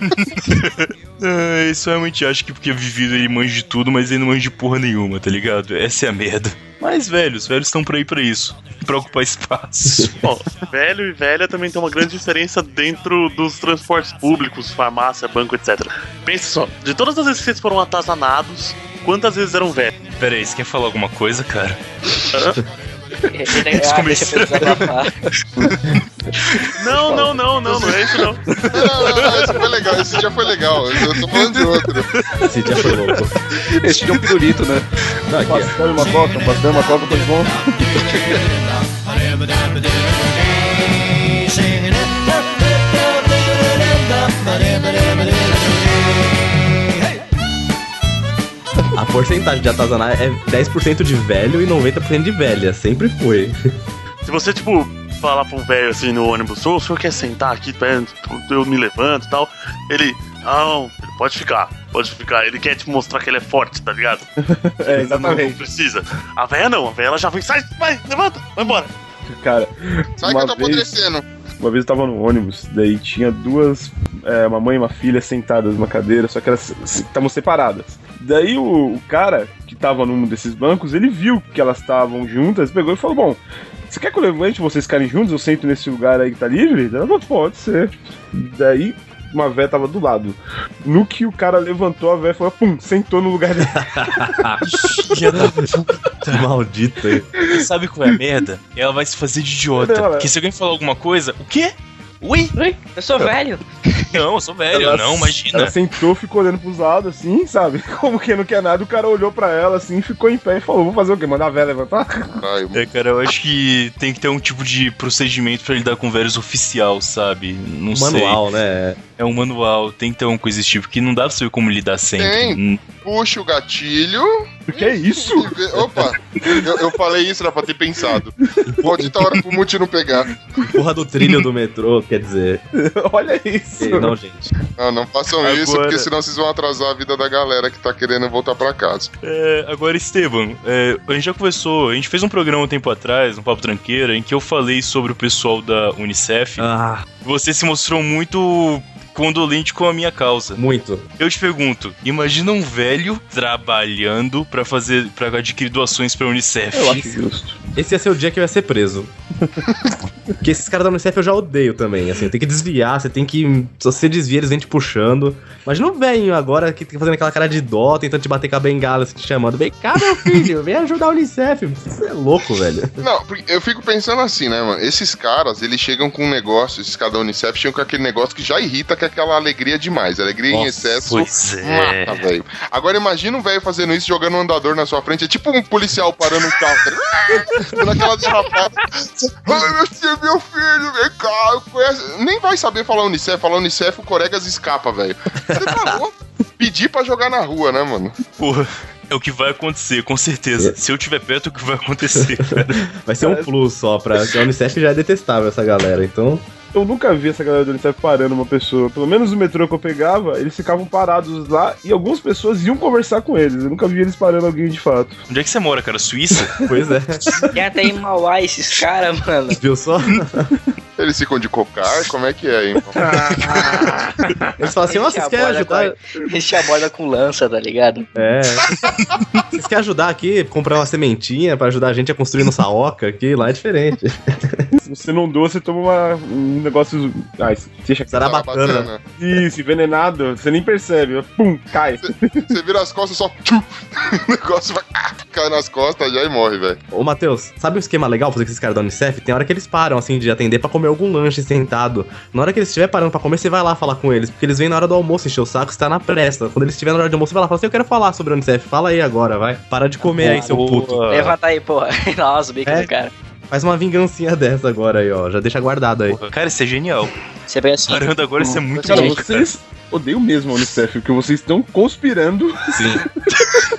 S3: Ah, isso realmente acho que porque é vivido ele manja de tudo, mas ele não manja de porra nenhuma, tá ligado? Essa é a merda. Mas, velho, os velhos estão por aí pra isso. Pra ocupar espaço.
S6: Ó, velho e velha também tem uma grande diferença dentro dos transportes públicos, farmácia, banco, etc. Pensa só, de todas as vezes que vocês foram atazanados, quantas vezes eram velhos?
S3: Pera aí, você quer falar alguma coisa, cara?
S8: Ah, deixa eu desabafar.
S6: Não, não, não, não, não é isso não.
S1: Não, não, não, esse foi legal, esse já foi legal. Eu tô falando de outro.
S2: Esse dia foi louco.
S7: Esse é um pirulito, né?
S2: Não, aqui, é. ó.
S5: Passando uma coca, passando uma coca, foi bom.
S2: A porcentagem de atazanar é 10% de velho e 90% de velha. Sempre foi.
S6: Se você, tipo, falar pra um velho assim no ônibus, "Ô, o senhor quer sentar aqui, velho? eu me levanto e tal, ele, não, ele pode ficar, pode ficar. Ele quer te mostrar que ele é forte, tá ligado?
S5: É,
S6: Não, não
S5: exatamente.
S6: precisa. A velha não, a velha ela já vem, sai, vai, levanta, vai embora.
S5: Cara,
S1: Sai
S5: Uma
S1: que eu tô
S5: vez-
S1: apodrecendo.
S5: Uma vez eu tava no ônibus, daí tinha duas, é, uma mãe e uma filha sentadas numa cadeira, só que elas se- estavam separadas. Daí o, o cara que tava num desses bancos, ele viu que elas estavam juntas, pegou e falou: Bom, você quer que eu levante vocês ficarem juntos? Eu sento nesse lugar aí que tá livre? Daí Ela falou: Pode ser. Daí uma véia tava do lado. No que o cara levantou, a véia falou: Pum, sentou no lugar dele.
S2: Maldito aí.
S3: Sabe qual é a merda? Ela vai se fazer de idiota.
S5: Não, ela-
S3: Porque se alguém falar alguma coisa, o quê? Ui?
S8: Ui, eu sou velho.
S3: Não, eu sou velho.
S5: Ela-
S3: não,
S5: Ela
S3: imagina.
S5: sentou, ficou olhando pros lados assim, sabe? Como que não quer nada, o cara olhou pra ela assim, ficou em pé e falou: Vou fazer o quê? Mandar a véia levantar?
S1: Ai,
S3: É, cara, eu acho que tem que ter um tipo de procedimento pra lidar com velhos oficial, sabe? Não sei.
S2: Manual, né?
S3: É um manual, tem que ter uma coisa desse tipo, que não dá pra saber como lidar sempre. Hum.
S1: Tem. puxa o gatilho.
S5: Que é isso?
S1: e vê- Opa, eu, eu falei isso, era pra ter pensado. Maldita hora pro Multi não pegar.
S2: Porra do trilho do metrô, quer dizer.
S5: Olha isso.
S2: Ei, Não, gente.
S1: Não, Ah, não façam isso,
S3: Agora-
S1: porque senão vocês vão atrasar a vida da galera que tá querendo voltar pra casa.
S3: É, agora, Esteban, é, a gente já conversou, a gente fez um programa um tempo atrás, um Papo Tranqueira, em que eu falei sobre o pessoal da Unicef.
S2: Ah,
S3: Você se mostrou muito condolente com a minha causa.
S2: muito.
S3: Eu te pergunto, imagina um velho trabalhando pra fazer para adquirir doações pra Unicef.
S5: Eu acho justo.
S2: Esse ia ser o dia que eu ia ser preso. Porque esses caras da Unicef eu já odeio também. Assim, tem que desviar, você tem que. Se você desvia, eles vêm te puxando. Mas não venho agora que tem fazendo aquela cara de dó, tentando te bater com a bengala, assim, te chamando. Vem cá, meu filho, vem ajudar a Unicef. Você é louco, velho.
S1: Não, porque eu fico pensando assim, né, mano? Esses caras, eles chegam com um negócio, esses caras da Unicef chegam com aquele negócio que já irrita, que é aquela alegria demais. Alegria em
S3: Nossa,
S1: excesso.
S3: Pois é.
S1: Mata, velho. Agora imagina um velho fazendo isso, jogando um andador na sua frente. É tipo um policial parando um carro. tá? Naquela derrapada. Ai, meu filho, meu filho, vem cá. eu conheço." Nem vai saber falar Unicef. Falar Unicef, o Coregas escapa, velho. Você tá louco? Pedir pra jogar na rua, né, mano?
S3: Porra, é o que vai acontecer, com certeza. Se eu tiver perto, é o que vai acontecer, cara.
S2: Vai ser um plus só pra. porque A Unicef já é detestável essa galera, então.
S5: Eu nunca vi essa galera do Unicef parando uma pessoa. Pelo menos no metrô que eu pegava, eles ficavam parados lá e algumas pessoas iam conversar com eles. Eu nunca vi eles parando alguém de fato.
S3: Onde é que você mora, cara? Suíça?
S2: Pois é.
S8: Tem até em Mauá esses caras, mano.
S2: Viu só?
S1: Eles ficam de cocar? Como é que é, hein?
S2: Eles falam assim, ó, vocês querem ajudar?
S8: Enche a borda com lança, tá ligado?
S2: É. vocês querem ajudar aqui, comprar uma sementinha pra ajudar a gente a construir nossa oca aqui? Lá é diferente.
S5: Se você não doa, você toma uma- um negócio. Ah, isso- deixa
S2: Será bacana.
S5: isso, envenenado, você nem percebe. Pum, cai.
S1: Você vira as costas só. tchum, o negócio vai. ah, Cai nas costas já e morre, velho.
S2: Ô, Matheus, sabe o esquema legal pra fazer com esses caras da Unicef? Tem hora que eles param, assim, de atender pra comer algum lanche sentado. Na hora que eles estiver parando pra comer, você vai lá falar com eles, porque eles vêm na hora do almoço encher o saco, você tá na pressa. Quando eles estiverem na hora do almoço, você vai lá falar assim, eu quero falar sobre a Unicef, fala aí agora, vai. Para de comer aí, seu puto.
S3: Ah.
S8: Levanta aí, porra. E dá umas bicas
S2: É.
S8: no cara.
S2: Faz uma vingancinha dessa agora aí, ó. Já deixa guardado aí.
S3: Porra, Cara, isso é genial.
S8: Você pega assim.
S3: Parando agora, isso é muito
S5: Cara,
S3: louco, cara.
S5: vocês odeiam mesmo a Unicef, porque vocês estão conspirando.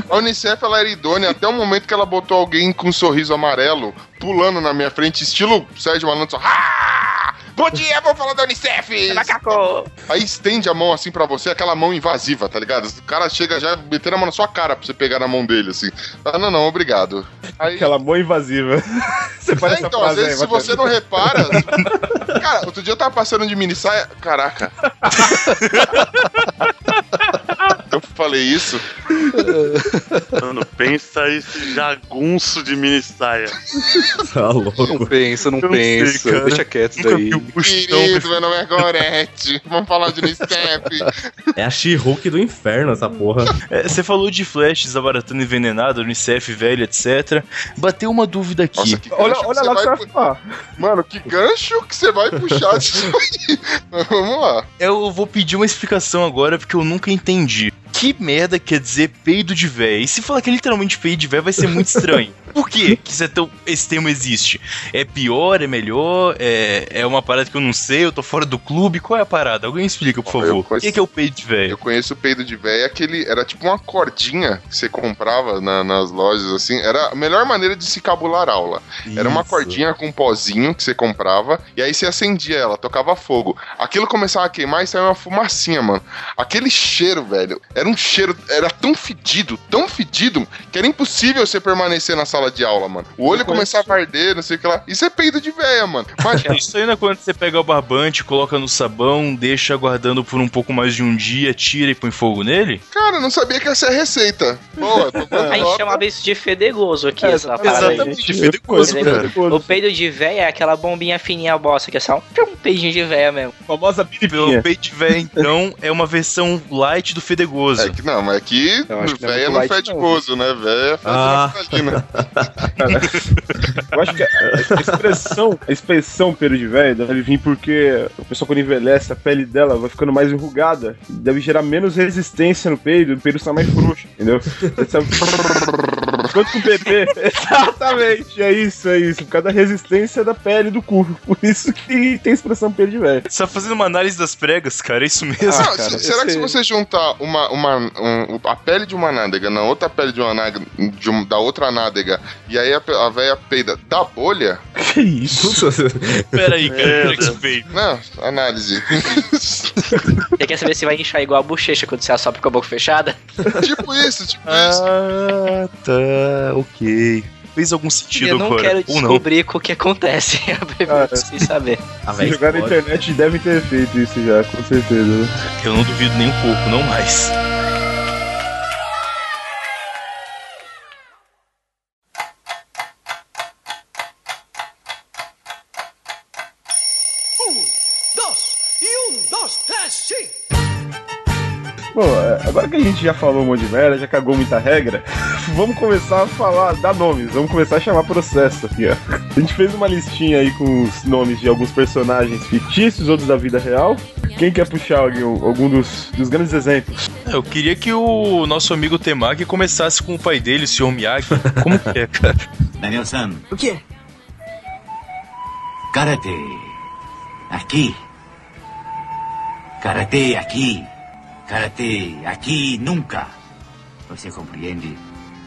S1: A Unicef ela era idônea até o momento que ela botou alguém com um sorriso amarelo pulando na minha frente, estilo Sérgio Malandro. Só, "Ah! Bom dia, vou falar da Unicef!
S8: Macaco!
S1: Aí estende a mão assim pra você, aquela mão invasiva, tá ligado? O cara chega já metendo a mão na sua cara pra você pegar na mão dele, assim. Ah, não, não, obrigado. Aí,
S5: Aquela mão invasiva. Você
S1: É,
S5: faz essa
S1: então, às
S5: frase né,
S1: vezes,
S5: aí,
S1: se
S5: Matheus.
S1: você não repara. cara, outro dia eu tava passando de mini saia. Caraca. eu falei isso.
S6: Mano, pensa esse jagunço de mini saia.
S2: Tá
S7: Não
S2: louco.
S7: pensa, não
S6: Eu não sei,
S7: pensa.
S6: cara.
S7: Deixa quieto isso
S6: Nunca vi
S3: um
S7: daí.
S6: o Gustão.
S1: Querido, meu nome é Gorete. Vamos falar de Unicef.
S2: É a She-Hulk do inferno, essa porra.
S3: É, Você falou de flashes, a baratana envenenada, Unicef velha, etc. Bateu uma dúvida aqui.
S1: Nossa, que gancho
S5: Olha,
S1: que
S5: olha
S1: você
S5: lá o
S1: vai
S5: que você vai
S1: pu-
S5: falar. "Ah,
S1: Mano, que gancho que você vai puxar disso aí. Mas Vamos lá.
S3: Eu vou pedir uma explicação agora, porque eu nunca entendi. Que merda quer dizer peido de véia? E se falar que é literalmente peido de véia, vai ser muito estranho. Por quê que isso é tão, esse termo existe? É pior? É melhor? É, é uma parada que eu não sei? Eu tô fora do clube? Qual é a parada? Alguém explica, por
S1: Eu
S3: favor. O
S1: conheço-
S3: que que é o peido de véia?
S1: Eu conheço o peido de véia, que ele era tipo uma cordinha que você comprava na- nas lojas, assim. Era a melhor maneira de se cabular aula. Era uma
S2: Isso.
S1: cordinha com um pozinho que você comprava, e aí você acendia ela, tocava fogo. Aquilo começava a queimar e saiu uma fumacinha, mano. Aquele cheiro, velho, era um cheiro, era tão fedido, tão fedido, que era impossível você permanecer na sala de aula, mano. O olho começava a arder, não sei o que lá. Isso é peido de véia, mano. Mas
S3: É, Isso aí não é quando você pega o barbante, coloca no sabão, deixa aguardando por um pouco mais de um dia, tira e põe fogo nele?
S1: Cara, eu não sabia que essa é a receita. Boa, tô dando
S8: A gente
S1: nota.
S8: chamava isso de fedegoso aqui, essa parada aí.
S3: É, Exatamente, fedegoso,
S8: Fedegoso.
S3: cara.
S8: O peido de véia é aquela bombinha fininha bossa, que é só um um peidinho de véia mesmo.
S5: Famosa
S3: Pelo
S5: piripinha.
S3: peito de véia, então, é uma versão light do
S1: É
S3: fedegoso.
S1: que não, mas aqui
S7: Eu acho que não é
S1: véia
S7: muito
S1: não
S7: light,
S1: fede
S7: não.
S1: gozo, né? Véia fede
S2: Ah.
S1: naftalina.
S5: Eu acho que a a expressão, a expressão pelo de velho deve vir porque a pessoa quando envelhece, a pele dela vai ficando mais enrugada, deve gerar menos resistência no peido, o peido está mais frouxo, entendeu? Essa- Quanto com o PP. Exatamente, é isso, é isso. Por causa da resistência da pele do cu. Por isso que tem a expressão pelo de velho.
S3: Você tá fazendo uma análise das pregas, cara, é isso mesmo?
S1: Não, se- será que se
S7: Ah, esse-
S1: você juntar uma, uma, um- a pele de uma nádega na outra pele de uma nádega, de um- da outra nádega, e aí a, pe- a véia peida da bolha?
S5: Que isso?
S3: Pera aí, cara, pera
S6: Merda.
S3: né? é que isso veio.
S1: Não, análise.
S8: Você quer saber se vai inchar igual a bochecha quando você assopra com a boca fechada?
S1: tipo isso, tipo isso.
S3: Ah, tá, ok. Fez algum sentido
S8: Eu não
S3: agora?
S8: quero
S3: Ou Um não? Ah.
S8: descobrir o que acontece. Eu primeiro preciso saber.
S2: A
S5: Se
S2: véia
S5: jogar na
S2: explode.
S5: internet devem ter feito isso já, com certeza.
S3: Eu não duvido nem um pouco, não mais.
S5: Bom, é, agora que a gente já falou um monte de merda, já cagou muita regra, vamos começar a falar, dar nomes, vamos começar a chamar processo aqui, ó. A gente fez uma listinha aí com os nomes de alguns personagens fictícios, outros da vida real. Quem quer puxar alguém- algum dos, dos grandes exemplos?
S3: Eu queria que o nosso amigo Temaki começasse com o pai dele, o Sr. Miyagi. Como que é, cara?
S4: Daniel-san. O quê? Karate. Aqui. Karate aqui. Karate aqui nunca. Você compreende?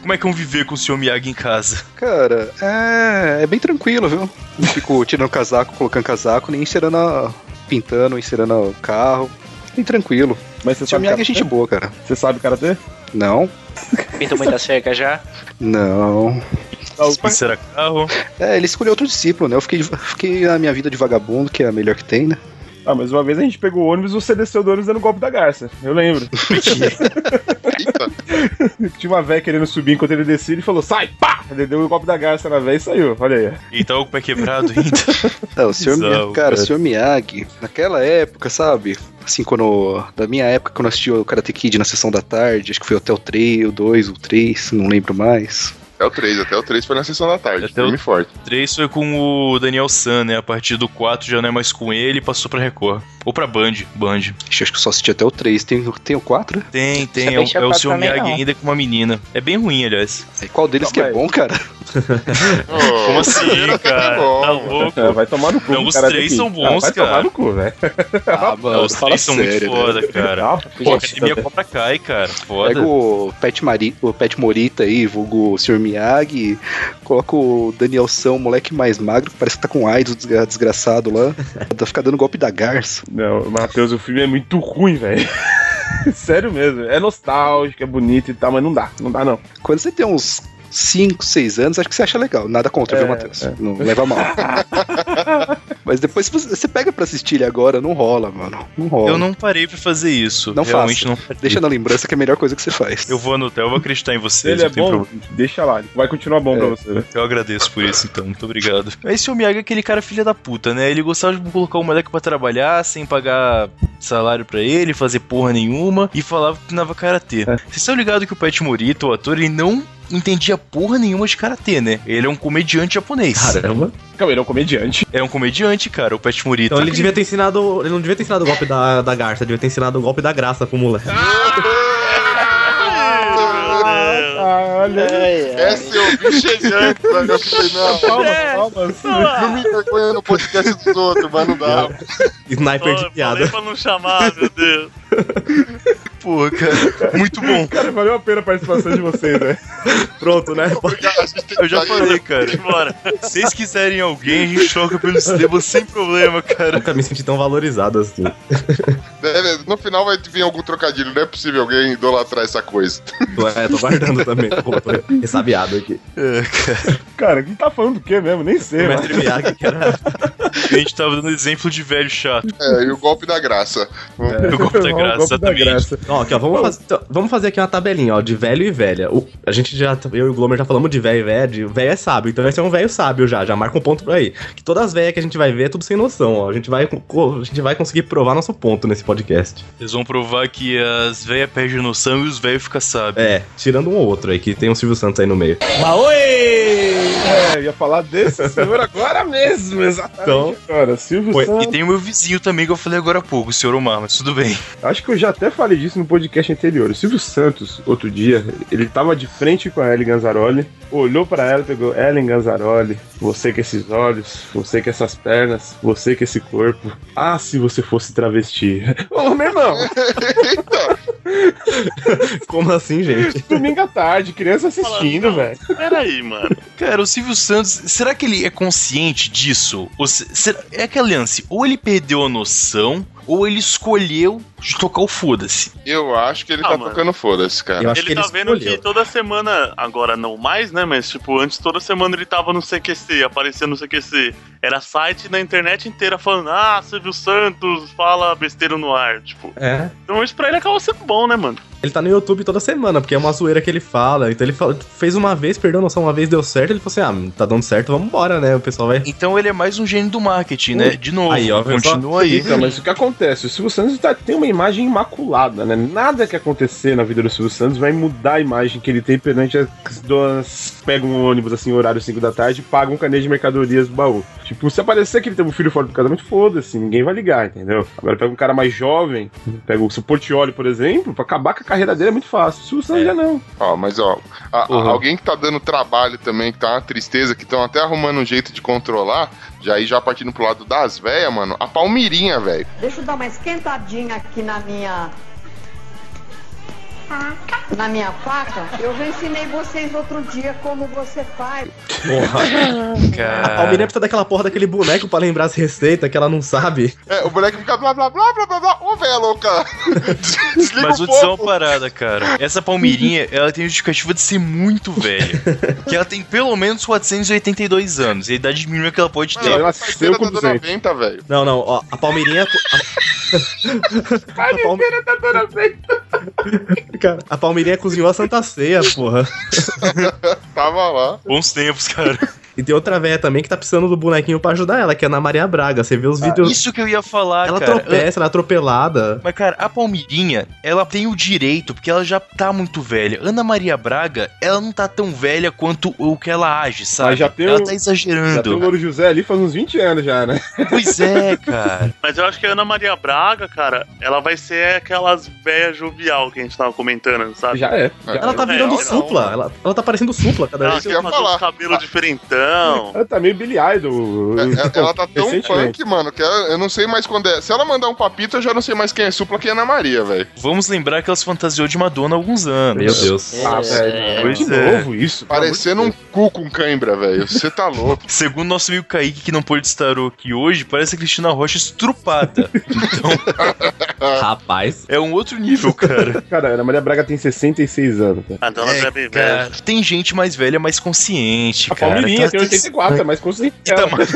S3: Como é que vão viver com o Sr. Miyagi em casa?
S7: Cara, é, é bem tranquilo, viu? Não fico tirando casaco, colocando casaco, nem encerando a- pintando, encerando o carro. Bem tranquilo.
S5: Mas você
S7: Seu
S5: sabe,
S7: Miyagi é
S5: karatê?
S7: gente boa, cara.
S5: você sabe karatê?
S7: Não?
S8: Pinto muita cerca já.
S7: Não.
S3: Será carro?
S7: É, ele escolheu outro discípulo, né? Eu fiquei, fiquei na minha vida de vagabundo, que é a melhor que tem, né?
S5: Ah, mas uma vez a gente pegou o ônibus e você desceu do ônibus dando golpe da garça. Eu lembro.
S1: Eita,
S5: Tinha uma véia querendo subir enquanto ele descia e falou: sai, pá! Ele deu o golpe da garça na véia e saiu. Olha aí.
S3: E tá o pé quebrado ainda.
S7: É, o Sr.
S3: Bizarro,
S7: Miyagi, cara, o Sr. Miyagi, naquela época, sabe? Assim, quando. Da minha época, quando eu assisti o Karate Kid na sessão da tarde, acho que foi até o 3, o 2, o 3, não lembro mais.
S1: até o 3, até o 3 foi na sessão da tarde.
S3: Até o-
S1: Filme forte.
S3: 3 foi com o Daniel San, né? A partir do 4 já não é mais com ele, passou pra Record. Ou pra Band, Band.
S7: Acho acho que eu só assisti até o 3. Tem, tem o 4?
S3: Tem, tem, é,
S8: Essa
S3: o-
S8: Band já
S3: é o
S8: quatro
S3: seu
S8: também
S3: Miyagi
S8: não.
S3: ainda com uma menina. É bem ruim, aliás.
S7: E qual deles
S5: Não,
S7: que é
S5: mas-
S7: bom, cara?
S1: Oh,
S3: Como assim, cara? Tá louco?
S5: É, vai tomar no cu.
S3: Não,
S5: o
S3: os
S5: cara
S3: três
S5: tem que-
S3: são bons,
S5: vai
S3: cara.
S5: tomar no cu, velho.
S7: Ah,
S3: Não,
S7: mano, né?
S3: os três são é muito foda, cara.
S5: Ah,
S3: Pô,
S5: poxa.
S3: academia Cobra Kai, cara.
S7: Pega
S3: Foda.
S7: o Pet, Mari, o Pet Morita aí, vulgo o Sr. Miyagi, coloca o Daniel São, o moleque mais magro, que parece que tá com AIDS, o desgra- desgraçado lá. Fica dando golpe da garça.
S5: Não, Matheus, o filme é muito ruim, velho. Sério mesmo. É nostálgico, é bonito e tal, mas não dá. Não dá, não.
S7: Quando você tem uns 5, 6 anos, acho que você acha legal. Nada contra,
S5: É,
S7: viu, Matheus? Não leva a mal. Mas depois você você pega pra assistir ele agora, não rola, mano. Não rola.
S3: Eu não parei pra fazer isso.
S7: Não
S3: Realmente
S7: faça.
S3: não parei.
S7: Deixa na lembrança que é a melhor coisa que você faz.
S3: Eu vou anotar, eu vou acreditar em vocês.
S5: Se ele é
S3: não tem
S5: bom,
S3: problema.
S5: deixa lá. Vai continuar bom pra você, né?
S3: Eu agradeço por isso, então. Muito obrigado. Esse o Miyagi é aquele cara filha da puta, né? Ele gostava de colocar o moleque pra trabalhar sem pagar salário pra ele, fazer porra nenhuma e falava que dava karatê. Vocês estão ligados que o Pat Morita, o ator, ele não entendia porra nenhuma de karatê, né? Ele é um comediante japonês.
S2: Caramba.
S5: Calma, ele é um comediante.
S3: É um comediante, cara, o Pat Morita.
S2: Então ele devia ter ensinado. Ele não devia ter ensinado o golpe da, da garça, devia ter ensinado o golpe da graça pro moleque.
S5: olha.
S1: Essa eu vi chegando, sabe? eu falei, não,
S5: Palmas, palmas.
S1: não me envergonha no podcast dos outros, mas não dá.
S2: Sniper de
S6: falei
S2: piada.
S6: pra não chamar, meu Deus.
S3: Porra, cara. Muito bom.
S5: Cara, valeu a pena a participação de vocês, né?
S2: Pronto, né?
S1: Obrigado, a gente tem
S3: Eu já
S1: que sair.
S3: falei, cara.
S6: Bora.
S3: Se vocês quiserem alguém, a gente troca pelo cinema sem problema, cara.
S2: Nunca me senti tão valorizado assim.
S1: Deve- No final vai vir algum trocadilho, não é possível alguém idolatrar essa coisa.
S2: Tô- É, tô guardando também. Pô, tô ressabiado aqui.
S3: É, cara.
S5: Cara, quem tá falando do quê mesmo? Nem sei,
S2: O
S5: mano.
S2: mestre Miyagi, que era
S3: A gente tava dando exemplo de velho chato.
S1: É, e o golpe da graça.
S2: É,
S3: O golpe
S5: É um
S3: da graça, exatamente.
S2: Ó, aqui, ó, vamos, faz- então, vamos fazer aqui uma tabelinha, ó, de velho e velha. O- a gente já, eu e o Glomer já falamos de velho e velha, de velho é sábio, então esse é um velho sábio já, já marca um ponto por aí. Que todas as velhas que a gente vai ver é tudo sem noção, ó, a gente vai, co- co- a gente vai conseguir provar nosso ponto nesse podcast.
S3: Eles vão provar que as velhas perdem noção e os velhos ficam sábios.
S2: É, tirando um ou outro aí, que tem um Silvio Santos aí no meio.
S5: É, eu ia falar desse senhor agora mesmo, exatamente.
S2: Então,
S5: Cara, Silvio
S2: Foi-
S5: Santos.
S3: E tem o meu vizinho também que eu falei agora há pouco, o senhor Omar, mas tudo bem.
S5: Acho que eu já até falei disso no podcast anterior. O Silvio Santos, outro dia, ele tava de frente com a Ellen Ganzaroli, olhou pra ela e pegou: Ellen Ganzaroli, você com esses olhos, você com essas pernas, você com esse corpo. Ah, se você fosse travesti. Ô, meu irmão,
S2: como assim, gente?
S5: domingo à tarde, criança assistindo, velho.
S6: Peraí, mano.
S3: Cara, o Silvio Santos, será que ele é consciente disso? Ou se- será- é aquele lance, ou ele perdeu a noção, ou ele escolheu de tocar o foda-se.
S1: Eu acho que ele
S6: Ah,
S1: tá
S6: mano.
S1: tocando foda-se, cara.
S2: Eu acho
S6: ele tá vendo
S2: escolheu.
S6: que toda semana, agora não mais, né? Mas, tipo, antes toda semana ele tava no CQC, aparecia no CQC. Era site na internet inteira falando, ah, Silvio Santos fala besteira no ar. Tipo,
S2: É,
S6: então isso pra ele acabou sendo bom, né, mano?
S2: ele tá no YouTube toda semana, porque é uma zoeira que ele fala, então ele fala- fez uma vez, perdeu a noção, uma vez deu certo, ele falou assim, ah, tá dando certo, vamos embora, né, o pessoal vai...
S3: Então ele é mais um gênio do marketing, né? De novo,
S2: Aí, ó, viu só?
S3: continua aí.
S5: Então, mas o que acontece? O Silvio Santos tá- tem uma imagem imaculada, né? Nada que acontecer na vida do Silvio Santos vai mudar a imagem que ele tem perante as donas. Pegam um ônibus, assim, horário 5 da tarde e pagam um canejo de mercadorias do baú. Tipo, se aparecer que ele teve um filho fora do casamento, foda-se, ninguém vai ligar, entendeu? Agora pega um cara mais jovem, pega o seu Portioli, por exemplo, pra acabar com a carreira dele é muito fácil. O Silvio Santos já não.
S1: Ó, mas ó, a- a-
S3: Uhum.
S1: alguém que tá dando trabalho também, que tá uma tristeza, que estão até arrumando um jeito de controlar, já aí já partindo pro lado das véias, mano, a Palmirinha, velho.
S10: Deixa eu dar uma esquentadinha aqui na minha.
S9: faca. Na minha faca? Eu já ensinei vocês outro dia como você faz.
S2: Porra. A
S3: Cara.
S2: menina precisa daquela porra daquele boneco pra lembrar as receitas que ela não sabe.
S1: É, o moleque fica blá blá blá blá blá blá. Ô, velha louca! Desliga
S3: Mas
S1: o
S3: vou te dizer uma
S1: fogo.
S3: parada, cara. Essa Palmeirinha, ela tem justificativa de ser muito velha. que ela tem pelo menos 482 anos. E a idade mínima que ela pode ter.
S5: Ela
S1: Ela
S5: nasceu
S1: parceira tá
S5: com
S1: da dona
S5: 200.
S1: Venta, velho.
S2: Não, não, ó, a Palmeirinha. A, a, Palme- Cara, a Palmeirinha cozinhou a Santa Ceia, porra.
S1: Tava lá.
S3: Bons tempos, cara.
S2: E tem outra velha também que tá precisando do bonequinho pra ajudar ela, que é a Ana Maria Braga. Você
S6: Ah,
S2: vê os vídeos.
S3: Isso que eu ia falar,
S2: ela
S3: cara. Ah,
S2: tropeça, ela é atropelada.
S3: Mas, cara, a Palmeirinha, ela tem o direito, porque ela já tá muito velha. Ana Maria Braga, ela não tá tão velha quanto o que ela age, sabe?
S5: já tem
S3: ela
S5: um-
S3: tá
S5: Já tem o
S3: exagerando.
S5: Louro José ali faz uns 20 anos já, né?
S3: Pois é, cara.
S6: Mas eu acho que a Ana Maria Braga, cara, ela vai ser aquelas velhas jovial que a gente tava comentando, sabe?
S5: Já é.
S1: É.
S2: Ela tá
S6: É,
S2: virando
S6: olha lá,
S2: supla. Ela, ela tá parecendo supla cada
S6: Ela
S2: vez.
S1: isso que eu
S6: quer
S1: ia
S6: fazer
S1: falar.
S6: os cabelos diferentão.
S5: Ela tá meio Billy Idol.
S1: É, é, Ela tá tão
S5: recentemente.
S1: punk, mano, que ela- eu não sei mais quando é. Se ela mandar um papito, eu já não sei mais quem é Supla, quem é Ana Maria, velho.
S3: Vamos lembrar que ela se fantasiou de Madonna há alguns anos.
S2: Meu Deus.
S5: Ah,
S8: É,
S5: velho.
S3: pois
S5: De
S3: é.
S5: novo isso. pelo
S1: Parecendo um
S5: amor de
S1: cu com cãibra, velho. Você tá louco.
S3: Segundo nosso amigo Kaique, que não pôde estar aqui hoje, parece a Cristina Rocha estrupada.
S2: Rapaz.
S3: é um outro nível, cara.
S5: Deus. Cara, a Ana Maria Braga tem 66 anos, cara.
S6: Ah, então ela já é bem velha.
S3: Tem gente mais velha, mais consciente,
S5: A
S3: cara.
S5: Palmeirinha
S3: Tá-
S5: tem 84, é mais consciente.
S3: E tá mais-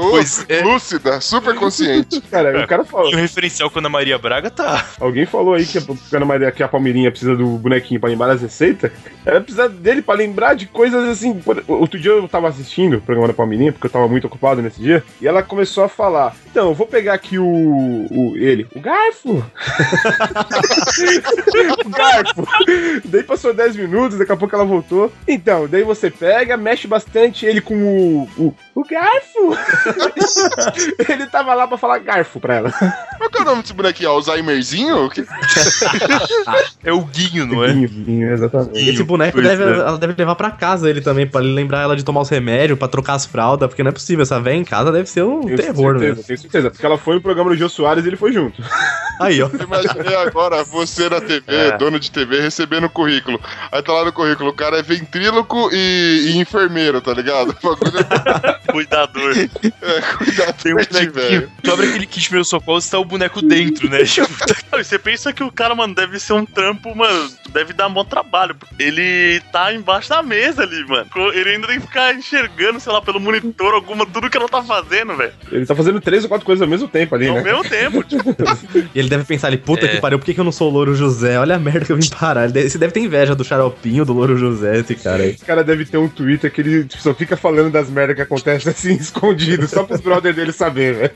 S3: Pois é.
S1: Lúcida, super consciente.
S5: Cara, o cara é falou.
S3: E o referencial com a Ana Maria Braga tá.
S5: Alguém falou aí que é a, que a Ana Maria, que a Palmeirinha precisa do bonequinho pra lembrar as receitas. Ela precisa dele pra lembrar de coisas assim. por- Outro dia eu tava assistindo o programa da Palmeirinha, porque eu tava muito ocupado nesse dia. E ela começou a falar: Então, eu vou pegar aqui o. o- ele. O garfo! o garfo! Daí passou 10 minutos, daqui a pouco ela voltou. Então, daí você pega, mexe bastante ele com o. O, o garfo! ele tava lá pra falar garfo pra ela.
S1: Qual que é o nome desse bonequinho? Alzheimerzinho? Que-
S3: É o Guinho, não é?
S5: Guinho, guinho, exatamente.
S2: Esse boneco
S3: Pois
S2: deve,
S3: é.
S2: ela deve levar pra casa ele também, pra ele lembrar ela de tomar os remédios, pra trocar as fraldas, porque não é possível. Essa véia em casa deve ser um
S5: Tenho certeza,
S2: terror, velho.
S5: Tenho certeza, porque ela foi no programa do Jô Soares e ele foi junto.
S2: Aí, ó.
S1: Eu Imaginei É agora você na TV,
S3: É.
S1: dono de TV, recebendo currículo. Aí tá lá no currículo, o cara é ventríloco e, e enfermeiro, tá ligado? O bagulho
S6: né? Cuidador.
S1: é cuidado
S3: Tem um
S1: dele, velho.
S3: bonequinho. Tu abre aquele kit meu socorro e tá o boneco dentro, né? Tipo,
S6: Não, e você pensa que o cara, mano, deve ser um trampo, mano, deve dar mó trabalho. Ele tá embaixo da mesa ali, mano. Co- Ele ainda tem que ficar enxergando, sei lá, pelo monitor, alguma, tudo que ela tá fazendo, velho.
S5: Ele tá fazendo três ou quatro coisas ao mesmo tempo ali,
S6: Ao
S5: né?
S6: mesmo tempo, tipo,
S2: E ele deve pensar ali, puta
S3: É.
S2: que pariu, por que, que eu não sou o Louro José? Olha a merda que eu vim parar. Ele deve, você deve ter inveja do xaropinho, do Louro José, esse cara aí.
S5: Esse cara deve ter um Twitter que ele só fica falando das merdas que acontecem assim, escondido, só pros brother dele saber, velho.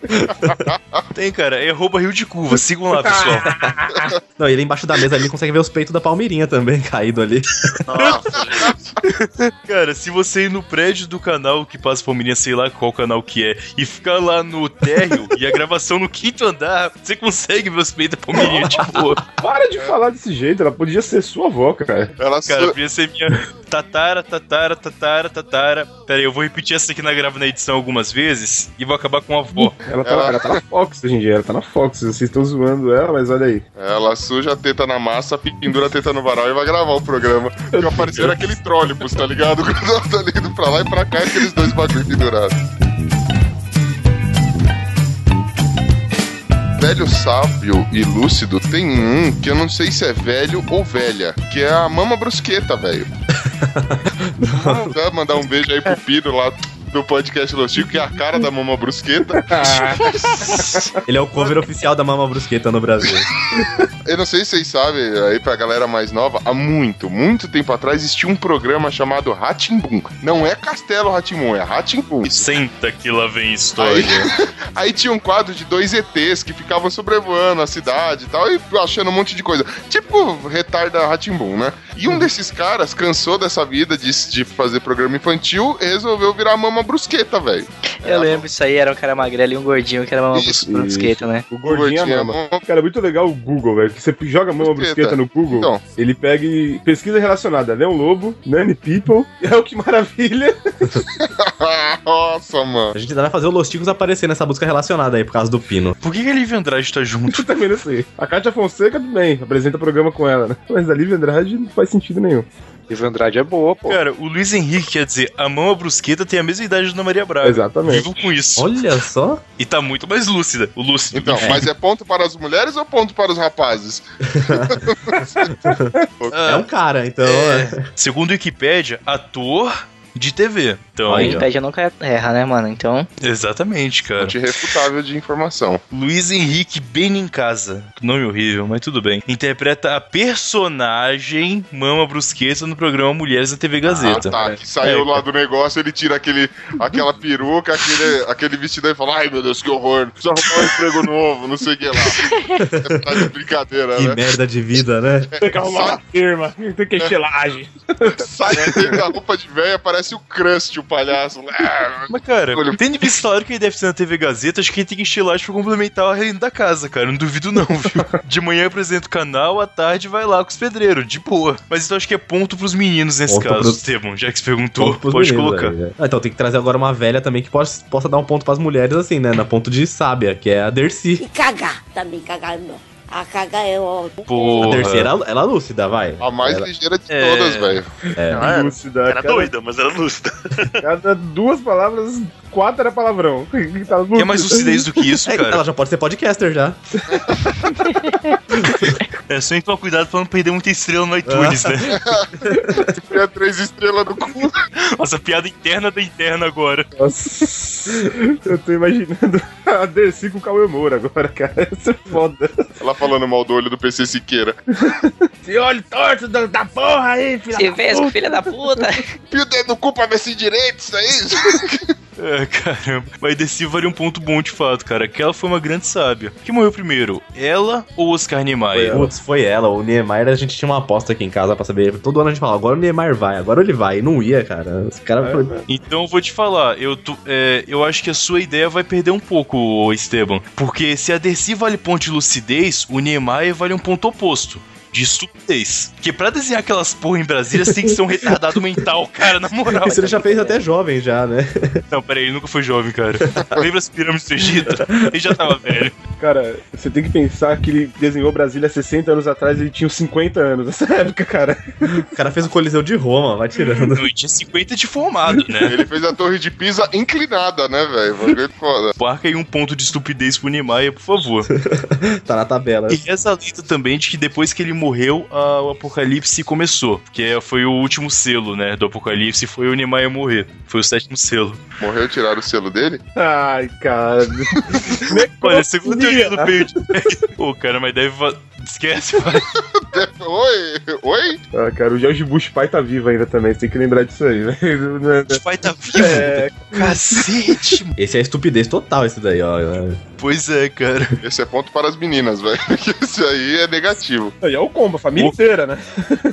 S3: tem, cara. É arroba Rio de Curva. Sigam lá, pessoal.
S2: Não, ele embaixo da mesa ali consegue ver os peitos da Palmeirinha também caído ali.
S6: nossa, gente.
S3: Cara, se você ir no prédio do canal que passa Palmeirinha, sei lá qual canal que é, e ficar lá no térreo e a gravação no quinto andar, você consegue ver os peitos da Palmeirinha, tipo,
S5: Para
S1: É.
S5: de falar desse jeito, ela podia ser sua avó, cara.
S1: Ela
S3: cara,
S1: su-
S3: podia ser minha tatara, tatara, tatara, tatara. Pera aí, eu vou repetir essa aqui na grava na edição algumas vezes e vou acabar com a avó.
S5: Ela tá,
S1: Ela-
S5: ela tá na Fox hoje em dia, ela tá na Fox. Vocês estão zoando ela, mas olha aí.
S1: ela suja a teta na massa, pendura a teta no varal e vai gravar o programa. Fica aparecendo aquele trólebus, tá ligado? Quando ela tá indo pra lá e pra cá, aqueles dois bagulho pendurados. Velho sábio e lúcido tem um que eu não sei se é velho ou velha, que é a Mama Brusqueta, velho. Mandar- Mandar um beijo aí pro Piro lá do podcast do Chico, que é a cara da Mama Brusqueta.
S2: Ele é o cover oficial da Mama Brusqueta no Brasil.
S1: Eu não sei se vocês sabem, aí pra galera mais nova, há muito, muito tempo atrás existia um programa chamado Ratimbum. Não é Castelo Ratimbum, é Ratimbum.
S3: Senta que lá vem
S1: Aí,
S3: história.
S1: aí tinha um quadro de dois ETs que ficavam sobrevoando a cidade e tal, e achando um monte de coisa. Tipo retarda Ratimbum, Hum. né? E um desses caras cansou dessa vida de, de fazer programa infantil e resolveu virar Mama uma brusqueta, velho.
S8: Eu lembro, isso aí era um cara magrelo e um gordinho que era uma
S1: Isso,
S8: uma brusqueta, né?
S5: O gordinho é
S1: Gordinha,
S5: mama. Cara, é muito legal o Google, velho. Que você joga a mama
S1: Brusqueta.
S5: brusqueta no Google,
S1: Então.
S5: ele pega e pesquisa relacionada. Leão Lobo, Nanny People, e é o que maravilha.
S1: Nossa, mano.
S2: A gente ainda vai fazer o Los Ticos aparecer nessa busca relacionada aí por causa do Pino.
S3: Por que, que a Lívia Andrade tá junto?
S5: Eu também não sei. A Kátia Fonseca, tudo bem, apresenta programa com ela, né? Mas a Lívia Andrade não faz sentido nenhum.
S7: Livro Andrade é boa, pô.
S3: Cara, o Luiz Henrique quer dizer, a mão a brusqueta tem a mesma idade da Ana Maria Braga.
S5: Exatamente.
S3: Vivo com isso.
S2: Olha só.
S3: E tá muito mais lúcida. O lúcido.
S1: Então, mas é ponto para as mulheres ou ponto para os rapazes?
S2: É um cara, então. é.
S3: Ah, Segundo a Wikipédia, ator de TV. Então,
S8: A Wikipedia nunca erra, né, mano? Então,
S3: exatamente, cara.
S1: Fonte irrefutável de informação.
S3: Luiz Henrique Benincasa, nome horrível, mas tudo bem, interpreta a personagem Mama Brusqueta no programa Mulheres na TV
S1: Ah,
S3: Gazeta.
S1: tá. Que saiu lá do negócio, ele tira aquele, aquela peruca, aquele, aquele vestido aí e fala: Ai meu Deus, que horror, precisa arrumar um emprego novo, não sei o que lá. tá de brincadeira,
S2: Que
S1: né? É.
S2: merda de vida, né?
S5: Tem que arrumar uma firma, tem que estelagem.
S1: Sai dele da roupa de velha, parece o Crust, o palhaço. Ah,
S3: Mas, cara,
S1: Olha-
S3: tendo visto o salário que ele deve ter na TV Gazeta, acho que ele tem que estilar pra complementar a renda da casa, cara. Não duvido, não, viu? De manhã apresenta o canal, à tarde vai lá com os pedreiros, de boa. Mas então acho que é ponto pros meninos nesse
S2: Ponto
S3: caso,
S2: pros-
S3: Estevam, já que você perguntou,
S2: Ponto pros
S3: pode
S2: meninos,
S3: colocar.
S2: velho. Ah, Então tem que trazer agora uma velha também que possa, possa dar um ponto pras mulheres, assim, né? Na ponto de sábia, que é a Dercy.
S9: E cagar, também cagar não. A cagar é
S2: A
S9: ótimo.
S3: Porra.
S2: Dercy era, ela é lúcida, vai.
S3: Ah,
S1: A mais
S2: Ela-
S1: ligeira de
S3: É.
S1: todas, velho.
S6: Ah, era-
S5: Lúcida,
S6: Era
S5: cada-
S6: doida, mas era lúcida.
S5: Cada duas palavras, quatro era palavrão. Tá
S3: Quer mais lucidez do que isso,
S2: É,
S3: cara?
S2: ela já pode ser podcaster já.
S3: É só em tomar cuidado pra não perder muita estrela no iTunes, né?
S1: Tinha É três estrelas no cu.
S3: Nossa, piada interna da interna agora.
S5: Nossa, eu tô imaginando a Dercy com o Cauê Moura agora, cara. Isso é foda.
S1: Ela falando mal do olho do PC Siqueira.
S5: Esse olho torto da, da porra aí, filha
S8: se vê,
S5: puta.
S8: filha da puta.
S1: Pio o dedo no cu pra ver se direito, isso aí.
S3: É, caramba. Mas desse varia um ponto bom de fato, cara. Que ela foi uma grande sábia. Que morreu primeiro? Ela ou Oscar
S2: Foi
S3: Niemeyer?
S2: ela. Putz, foi ela. O Niemeyer, a gente tinha uma aposta aqui em casa pra saber. Todo ano a gente fala, agora o Niemeyer vai, agora ele vai. E não ia, cara. Esse cara foi...
S3: Então eu vou te falar, eu, tô- é, eu acho que a sua ideia vai perder um pouco, ô Esteban. Porque se a Dercy vale ponto de lucidez, o Niemeyer vale um ponto oposto. De estupidez. Porque pra desenhar aquelas porra em Brasília, você tem que ser um retardado mental, cara, na moral.
S2: Isso ele já fez até jovem já, né?
S3: Não, peraí, ele nunca foi jovem, cara. Lembra as pirâmides do Egito? Ele já tava velho.
S5: Cara, você tem que pensar que ele desenhou Brasília 60 anos atrás e ele tinha uns 50 anos nessa época, cara.
S2: O cara fez o Coliseu de Roma, vai tirando.
S3: Não, e tinha 50 de formado, né?
S1: Ele fez a torre de pisa inclinada, né, velho? Bagulho foda.
S3: Parca aí um ponto de estupidez pro Niemeyer, por favor.
S2: Tá na tabela.
S3: E essa lenda também de que depois que ele morreu, a- o Apocalipse começou. Porque foi o último selo, né, do Apocalipse, foi o Niemeyer morrer. Foi o sétimo selo.
S1: Morreu, tiraram o selo dele?
S5: Ai, cara.
S3: Olha, segundo a teoria do Page. Pô, cara, mas deve... va- Esquece, vai.
S1: Oi, oi?
S5: Ah, cara, o George Bush pai tá vivo ainda também, você tem que lembrar disso aí, né? velho.
S3: O pai tá vivo.
S5: É,
S3: Cacete. mano.
S2: Esse é estupidez total, esse daí, ó.
S3: Pois é, cara.
S1: Esse é ponto para as meninas, velho. Esse aí é negativo.
S5: e é o combo, a família inteira, né?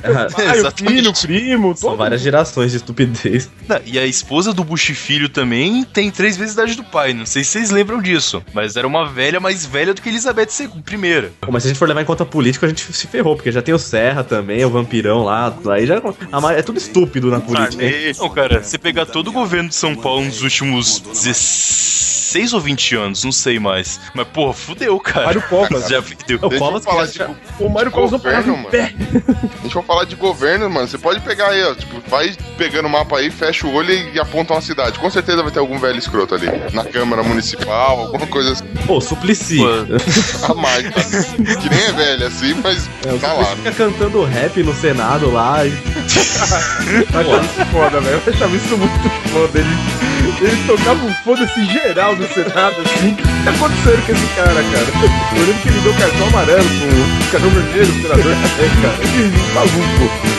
S2: É,
S5: Pai, o filho, o primo,
S2: São
S5: todo
S2: várias gerações de estupidez.
S3: Não, E a esposa do Bush Filho também tem três vezes a idade do pai. Não sei se vocês lembram disso. Mas era uma velha mais velha do que Elizabeth II. Primeira.
S2: Pô, mas se a gente for levar em conta político, a gente se ferrou, porque já tem o Serra também, o vampirão lá. Aí já. a ma- É tudo estúpido na política,
S1: Ah, é,
S2: hein?
S3: Não, cara, você pegar todo o governo de São Paulo nos últimos 16 ou 20 anos, não sei mais. Mas, porra, fudeu, cara.
S5: Mário Covas.
S3: Já fudeu.
S2: O
S1: Deixa é, eu
S2: Covas
S1: falar
S2: que
S1: de
S2: já-
S5: O Mário Covas não
S1: governo,
S5: parava em
S1: mano.
S5: pé.
S1: Deixa eu falar de governo, mano. Você pode pegar aí, ó. Tipo, vai pegando o mapa aí, fecha o olho e aponta uma cidade. Com certeza vai ter algum velho escroto ali. Na Câmara Municipal, alguma coisa assim.
S2: é, Pô, Suplicy.
S3: Pô.
S1: A mais, cara. Que nem é velho assim, mas
S2: É, o
S1: tá
S2: Suplicy
S1: lá.
S2: fica cantando rap no Senado lá. e-
S5: Achava isso foda, velho. Eu achava isso muito foda. Ele, ele tocava um foda-se geral no Senado, assim. O que tá acontecendo com esse cara, cara? Eu lembro que ele deu cartão amarelo pro cartão vermelho pro senador também, cara. Ele é um maluco.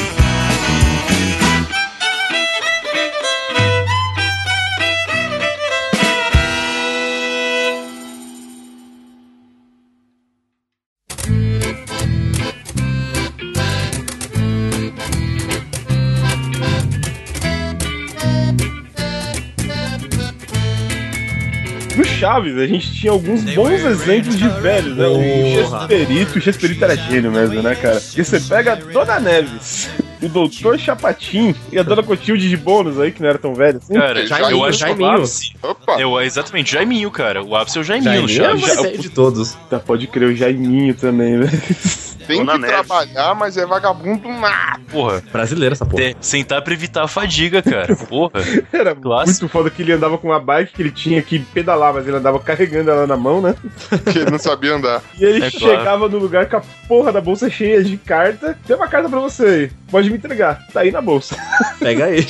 S5: Chaves, a gente tinha alguns bons exemplos de velhos, né? O
S2: Porra.
S5: Chesperito, o Chesperito era gênio mesmo, né, cara? Porque você pega a Dona Neves, o Doutor Chapatin e a Dona Cotilde de bônus aí, que não era tão velha assim.
S3: Cara,
S1: Jaiminho,
S3: eu acho que o
S2: Jaiminho.
S3: ápice.
S1: Opa!
S3: Eu, exatamente, Jaiminho, cara. O ápice é o Jaiminho,
S2: Jaiminho
S3: no
S2: é o
S3: Chaves.
S2: mais
S5: já-
S2: velho de todos.
S5: Tá, pode crer, o Jaiminho também, né?
S1: Tem
S6: Dona
S1: que
S6: Neves.
S1: trabalhar, mas é vagabundo nada.
S3: Porra,
S2: Brasileiro essa é- porra.
S3: te- sentar pra evitar a fadiga, cara. Porra.
S5: Era
S3: Clássico.
S5: muito foda que ele andava com uma bike que ele tinha que pedalar, mas ele andava carregando ela na mão, né?
S1: Porque ele não sabia andar.
S5: E ele
S3: É claro.
S5: chegava no lugar com a porra da bolsa cheia de carta. Tem uma carta pra você aí, pode me entregar. Tá aí na bolsa.
S2: Pega aí.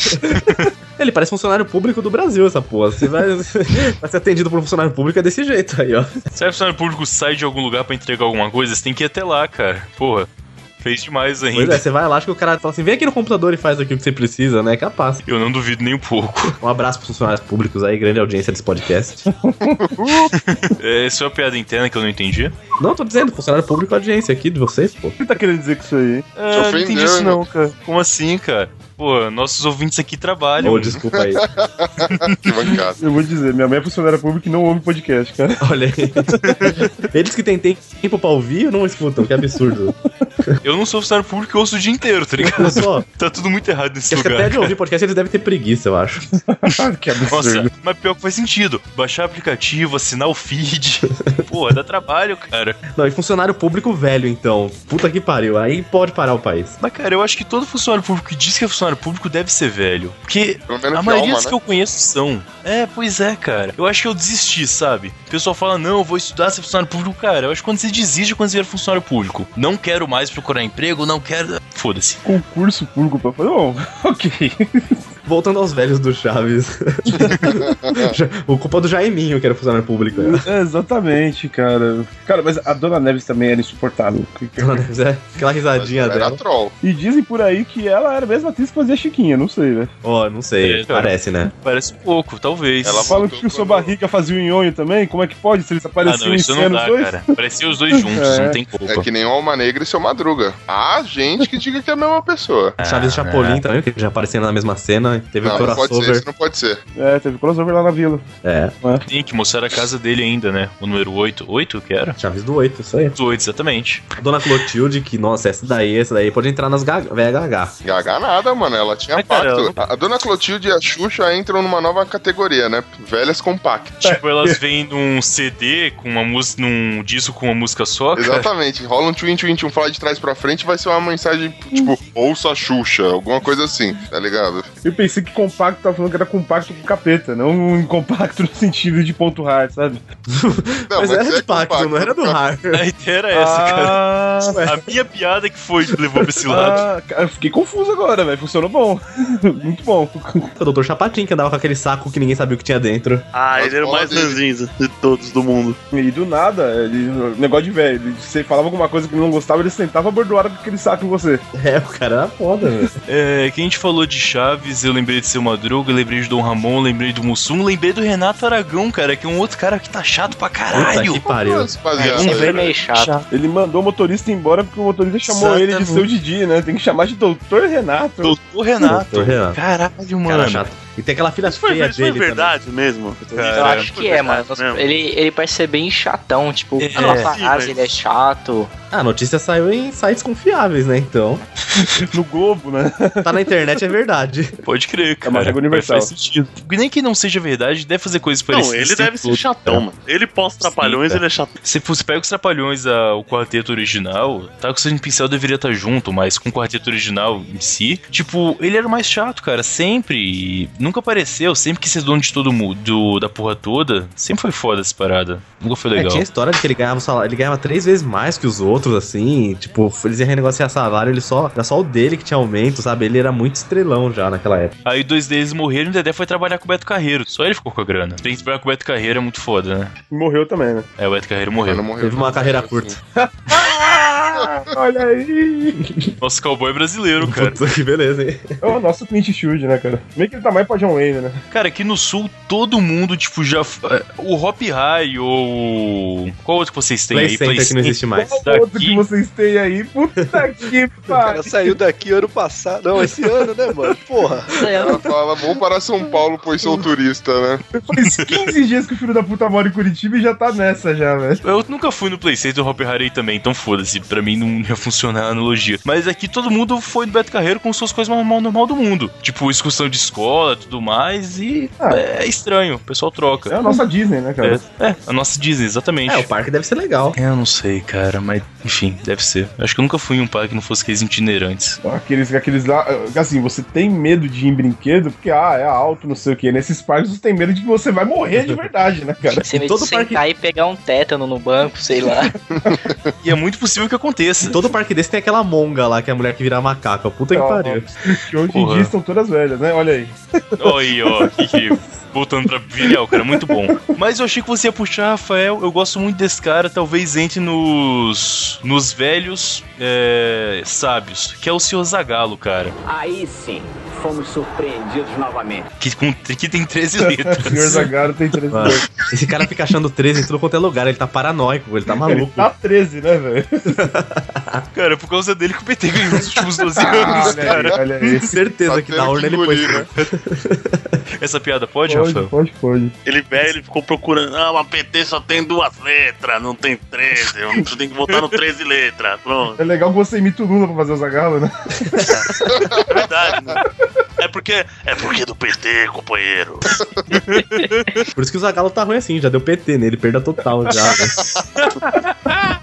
S2: Ele parece funcionário público do Brasil, essa porra. Você vai, vai ser atendido por um funcionário público é desse jeito aí, ó.
S3: Se o funcionário público sai de algum lugar pra entregar alguma coisa, você tem que ir até lá, cara. Porra, fez demais
S2: Pois
S3: ainda.
S2: é, você vai lá, acho que o cara fala assim: vem aqui no computador e faz aqui o que você precisa, né? Capaz.
S3: Eu não duvido nem um pouco.
S2: Um abraço pros funcionários públicos aí, grande audiência desse podcast.
S3: É, isso é uma piada interna que eu não entendi.
S2: Não, tô dizendo, funcionário público é audiência aqui de vocês, pô.
S5: O que tá querendo dizer com isso aí, hein?
S3: Ah, não entendi
S1: ofendeu,
S3: isso
S1: né?
S3: não, cara. Como assim, cara? Pô, nossos ouvintes aqui
S1: Ah,
S3: trabalham.
S2: Ô, desculpa aí.
S1: Que bancada.
S5: Eu vou dizer, minha mãe é funcionária pública e não ouve podcast, cara.
S2: Olha aí. Eles que têm tempo pra ouvir não escutam, que absurdo.
S3: Eu não sou funcionário público, eu ouço o dia inteiro, tá ligado?
S2: Olha só,
S3: Tá tudo muito errado nesse
S2: acho que
S3: lugar.
S2: até de ouvir podcast eles devem ter preguiça, eu acho.
S5: que é absurdo.
S3: Nossa, mas pior que faz sentido. Baixar aplicativo, assinar o feed. Pô, dá trabalho, cara.
S2: Não, e funcionário público velho, então. Puta que pariu, aí pode parar o país.
S3: Mas, cara, eu acho que todo funcionário público que diz que é funcionário público deve ser velho. Porque
S1: Pelo menos
S3: a
S1: de
S3: maioria
S1: alma,
S3: dos
S1: né?
S3: que eu conheço são. É, pois é, cara. Eu acho que eu desisti, sabe? O pessoal fala, não, eu vou estudar ser funcionário público. Cara, eu acho que quando você desiste é quando você vira funcionário público. Não quero mais procurar emprego, não quero... Foda-se.
S5: Concurso público pra fazer. Bom, ok.
S2: Voltando aos velhos do Chaves. Já- o culpa do Jaiminho, que era funcionário público. né?
S5: É, exatamente, cara. Cara, mas a Dona Neves também era insuportável.
S2: Ela deve ser- é, Aquela
S1: Mas
S2: risadinha
S1: era
S2: dela.
S1: troll.
S5: E dizem por aí que ela era a mesma atriz que fazia Chiquinha, não sei, né?
S2: Ó, não sei,
S3: É,
S1: então.
S3: cara.
S2: parece, né?
S3: Parece pouco, talvez.
S1: Ela
S5: Falam
S1: voltou
S5: que o seu
S1: quando-
S5: barriga fazia o nhonho também? Como é que pode? Se eles
S3: Ah,
S5: apareciam
S3: não,
S5: em
S3: isso não
S5: cena os
S3: dá,
S5: dois?
S3: cara. Parecia os dois juntos,
S5: É.
S3: não tem culpa.
S1: É que nem o Alma Negra e seu Madruga. Há gente que diga que é a mesma pessoa.
S2: Chaves e Chapolin também, que já apareceram na mesma cena. Teve o
S1: Ah, é. Não, não pode ser,
S2: crossover.
S1: isso não pode ser.
S5: É, teve crossover lá na vila.
S2: É,
S3: Tem que mostrar a casa dele ainda, né? O número 8. 8 que era?
S2: Chaves do 8, isso aí.
S3: Os 8, exatamente.
S2: Dona Clotilde, que, nossa, essa daí, essa daí pode entrar nas ga- VHH.
S1: Gaga nada, mano. Ela tinha
S3: Mas, cara,
S1: pacto.
S3: eu
S1: A, a dona Clotilde e a Xuxa entram numa nova categoria, né? Velhas com pacto.
S3: Tipo, elas vêm num CD com uma música, num disco com uma música só, cara.
S1: Exatamente. Rola um twin, twin, twin, fala de trás pra frente, vai ser uma mensagem tipo,
S3: Hum.
S1: ouça a Xuxa, alguma coisa assim, tá ligado?
S5: Eu pensei que compacto tava falando que era compacto com capeta, não um compacto no sentido de ponto hard, sabe?
S1: Não,
S2: mas, era
S1: é
S2: de Pacto, não era do Har.
S3: A ideia era essa, É cara. é A minha piada que foi que levou pra esse lado.
S5: Ah. Ah, cara, eu fiquei confuso agora, velho. Funcionou bom. Muito bom.
S2: O Doutor Chapatin, que andava com aquele saco que ninguém sabia o que tinha dentro.
S6: Ah,
S1: As
S6: ele era o mais
S1: bolas
S6: ranzinza de todos do mundo.
S5: E do nada, ele, negócio de velho. ele- Você falava alguma coisa que não gostava, ele sentava bordoado com aquele saco em você.
S2: É, o cara era foda, velho.
S3: É, que a gente falou de Chaves, eu lembrei de Seu Madruga, lembrei de Dom Ramon, lembrei do Mussum, lembrei do Renato Aragão, cara, que é um outro cara que tá chato pra
S2: Puta
S3: caralho.
S2: que pariu.
S1: Rapaziada,
S8: Esse filme é meio chato.
S5: Ele mandou o motorista embora porque o motorista chamou ele de
S3: Exatamente.
S5: seu Didi, né? Tem que chamar de Doutor Renato.
S3: Doutor Renato.
S2: Doutor Renato.
S3: Caralho, mano.
S2: Cara chato. E tem aquela filha
S6: Isso foi,
S2: feia
S6: isso foi
S2: dele também.
S6: verdade mesmo?
S8: é Eu
S3: Cara,
S8: acho que é, mano. Nossa,
S6: mesmo.
S8: ele, ele parece ser bem chatão, tipo,
S3: É.
S8: fala
S3: É.
S8: frase, ele é chato.
S2: Ah, a notícia saiu em sites confiáveis, né? Então,
S5: No Globo, né?
S2: tá na internet é verdade.
S3: Pode crer, cara.
S5: uma regra universal.
S3: Faz sentido. Nem que não seja verdade, deve fazer coisas
S6: Não,
S3: parecidas.
S6: ele deve ser chatão, mano. Ele pós-trapalhões,
S3: Sim,
S6: ele é chatão.
S3: Se você pega os Trapalhões ao quarteto original, Taco Sandy Pincel deveria estar junto, mas com o quarteto original em si, tipo, ele era o mais chato, cara, sempre. E nunca apareceu, sempre quis ser dono de todo mundo, do- da porra toda. Sempre foi foda essa parada. Nunca foi
S2: É,
S3: legal.
S2: tinha a história de que ele ganhava o salário, ele ganhava três vezes mais que os outros, assim. e, Tipo, eles iam renegociar salário, ele só. Era só o dele que tinha aumento, sabe? Ele era muito estrelão já naquela época.
S3: Aí dois deles morreram e o Dedé foi trabalhar com o Beto Carreiro. Só ele ficou com a grana. Tem que trabalhar com o Beto Carreiro, é muito foda, né?
S5: Morreu também, né?
S3: É, o Beto Carreiro morreu.
S1: morreu.
S2: Teve uma carreira curta.
S5: Ah, Olha aí!
S3: Nosso cowboy brasileiro, cara.
S2: Puta, que beleza, hein?
S5: É o nosso Clint Shield, né, cara? Meio que ele tá mais pra John Wayne, né?
S3: Cara, aqui no sul todo mundo, tipo, já. é, O Hop High ou. Qual outro que vocês têm
S2: Play
S3: aí?
S2: Center que não existe mais.
S5: Qual
S3: Daqui-
S5: outro que vocês têm aí? Puta que
S7: O cara
S5: pariu!
S7: saiu daqui ano passado. Não, esse ano, né, mano? Porra.
S1: Ela fala, vou para São Paulo, pois sou turista, né?
S5: Faz 15 dias que o filho da puta mora em Curitiba e já tá nessa já, velho.
S3: Eu nunca fui no Play Center do Hop Harry também, então foda-se, pra mim não ia funcionar a analogia. Mas aqui todo mundo foi no Beto Carreiro com suas coisas normal, normal do mundo. Tipo, excursão de escola tudo mais, e
S5: Ah.
S3: é estranho, o pessoal troca.
S5: É a nossa Disney, né, cara?
S3: É, a nossa Disney, exatamente. É,
S2: É, o parque deve ser legal.
S3: Eu não sei, cara, mas enfim, deve ser. Acho que eu nunca fui em um parque que não fosse aqueles itinerantes.
S5: Aqueles, aqueles lá. Assim, você tem medo de ir em brinquedo, porque, ah, é alto, não sei o quê. Nesses parques você tem medo de que você vai morrer de verdade, né, cara?
S8: Você me
S2: todo
S8: sentar
S2: parque-
S8: e pegar um tétano no banco, sei lá.
S3: E é muito possível que aconteça.
S2: Todo parque desse tem aquela monga lá, que é a mulher que vira macaca. Puta que
S5: Ó,
S2: pariu.
S5: Que hoje em
S3: Porra.
S5: dia estão todas velhas, né? Olha aí.
S3: Olha aí, ó, que, que- voltando pra Vilhel, cara, muito bom. Mas eu achei que você ia puxar, Rafael. Eu gosto muito desse cara, talvez entre nos nos velhos é, sábios, que é o Sr. Zagalo, cara,
S4: Aí sim, fomos surpreendidos novamente.
S3: que, com- que tem 13
S5: O senhor
S3: letras.
S5: Zagaro tem 13
S2: Mano, esse cara fica achando 13 em tudo quanto é lugar, ele tá paranoico, ele tá
S5: Ele
S2: maluco.
S5: tá 13, né, velho?
S3: Cara, por causa dele que o PT ganhou nos últimos 12
S2: Ah,
S3: anos,
S5: Ah,
S2: né,
S5: olha aí,
S3: cara.
S5: olha aí.
S2: Certeza
S1: Tá
S2: que da
S1: tendo
S2: urna
S1: que
S2: ele pôs.
S1: engolir, né?
S3: Essa piada pode,
S5: Pode,
S3: Rafael?
S5: pode, pode.
S6: Ele velho, ele ficou procurando. Ah, mas PT só tem duas letras, não tem 13. Eu tenho que botar no 13 letras. Pronto.
S5: É legal que você imita o Lula pra fazer o Zagalo, né?
S6: É verdade, né? É porque. É porque do PT, companheiro.
S2: Por isso que o Zagalo tá ruim assim, já deu PT nele, perda total já, velho.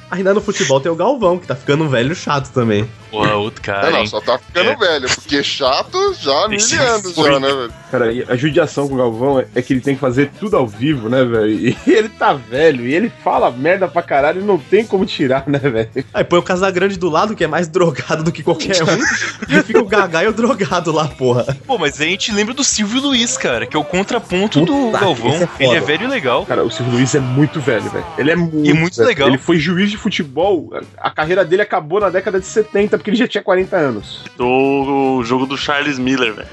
S2: Ainda no futebol tem o Galvão, que tá ficando um velho chato também.
S3: Porra, outro cara,
S1: É, não,
S3: hein?
S1: só tá ficando
S3: É.
S1: velho, porque é chato já há mil
S3: Esse
S1: anos
S3: foi.
S1: já, né, velho?
S5: Cara, e a judiação com o Galvão é que ele tem que fazer tudo ao vivo, né, velho? E ele tá velho, e ele fala merda pra caralho e não tem como tirar, né, velho?
S2: Aí põe o Casagrande do lado, que é mais drogado do que qualquer um, e fica o Gagá e o drogado lá, porra.
S3: Pô, mas aí a gente lembra do Silvio Luiz, cara, que é o contraponto do
S2: Puta,
S3: Galvão.
S2: esse é foda.
S3: Ele é velho e legal.
S5: Cara, o Silvio Luiz é muito velho, velho. Ele é muito,
S3: E muito
S5: velho.
S3: legal.
S5: Ele foi juiz de futebol. A carreira dele acabou na década de 70, porque ele já tinha 40 anos.
S6: Do jogo do Charles Miller, velho.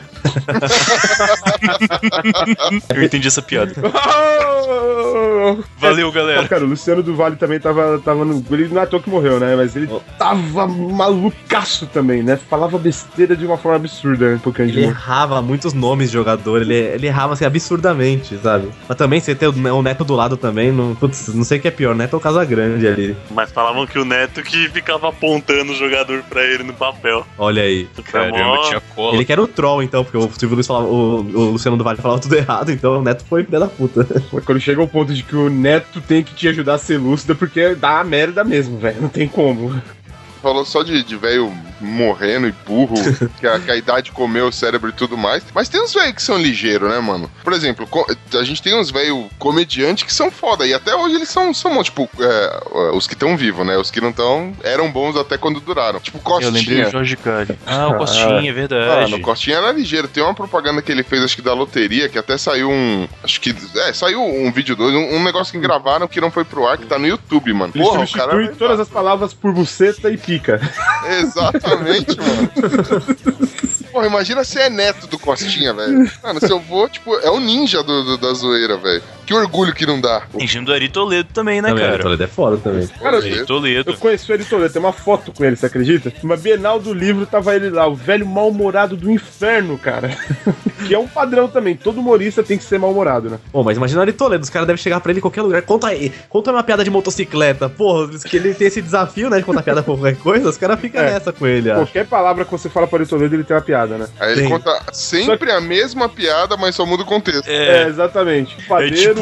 S3: Eu entendi essa piada. Oh!
S5: Valeu.
S3: Valeu, galera.
S5: Cara, o Luciano do Vale também tava, tava no. Ele não é à toa que morreu, né? Mas ele tava malucaço também, né? Falava besteira de uma forma absurda, né? Porque a gente
S1: é.
S2: Ele errava muitos nomes de jogador, ele, ele errava assim absurdamente, sabe? Mas também você ter o, o Neto do lado também, não, putz, não sei o que é pior, Neto ou Casagrande ali.
S6: Mas falavam que o Neto que ficava apontando o jogador pra ele no papel. Então,
S2: Olha aí.
S3: Caramba, tinha cola.
S2: Ele que era o troll, então, porque o Silvio Luiz falava, o, o Luciano do Vale falava tudo errado, então o Neto foi filha da puta.
S5: Pô, Quando chega ao ponto de que o neto tem que te ajudar a ser lúcida, porque dá merda mesmo, velho. Não tem como.
S1: Falou só de, de velho morrendo e burro, que a, que a idade comeu o cérebro e tudo mais. Mas tem uns velhos que são ligeiros, né, mano? Por exemplo, co- a gente tem uns velhos comediantes que são foda. E até hoje eles são, são bons. Tipo, é, os que estão vivos, né? Os que não estão eram bons até quando duraram. Tipo, Costinha.
S3: Eu lembrei do Jorge Cali. Ah, o Costinha, é
S1: Ah,
S3: verdade.
S1: no Costinha era ligeiro. Tem uma propaganda que ele fez, acho que da loteria, que até saiu um. Acho que. É, saiu um vídeo dois, um, um negócio que gravaram que não foi pro ar, que tá no YouTube, mano.
S5: Hum. Ele
S1: Porra, o cara. é
S5: substitui todas as palavras por buceta e pica.
S1: Exatamente, mano. Porra, imagina se é neto do Costinha, velho. Mano, seu avô, tipo, é o ninja do, do- da zoeira, velho. Que orgulho que não dá.
S3: Tem Jim do Ari Toledo também, né,
S2: Também,
S3: cara?
S2: Toledo é foda também.
S5: Cara,
S3: Ari Toledo.
S5: Eu conheço ele todo, tem uma foto com ele, você acredita? Uma Bienal do livro tava ele lá, o velho mal-humorado do inferno, cara. que é um padrão também, todo humorista tem que ser mal-humorado, né?
S2: Pô, mas imagina o Ari Toledo, os caras devem chegar pra ele em qualquer lugar. Conta aí, conta uma piada de motocicleta. Porra, diz que ele tem esse desafio, né, de contar piada por qualquer coisa, os caras ficam
S5: É.
S2: nessa com ele, ah. ó.
S5: Qualquer palavra que você fala para o Toledo, ele tem uma piada, né?
S1: Aí ele
S2: Sim.
S1: conta sempre a mesma piada, mas só muda o contexto.
S5: É,
S3: É.
S5: exatamente.
S3: É
S5: Padeiro,
S3: tipo,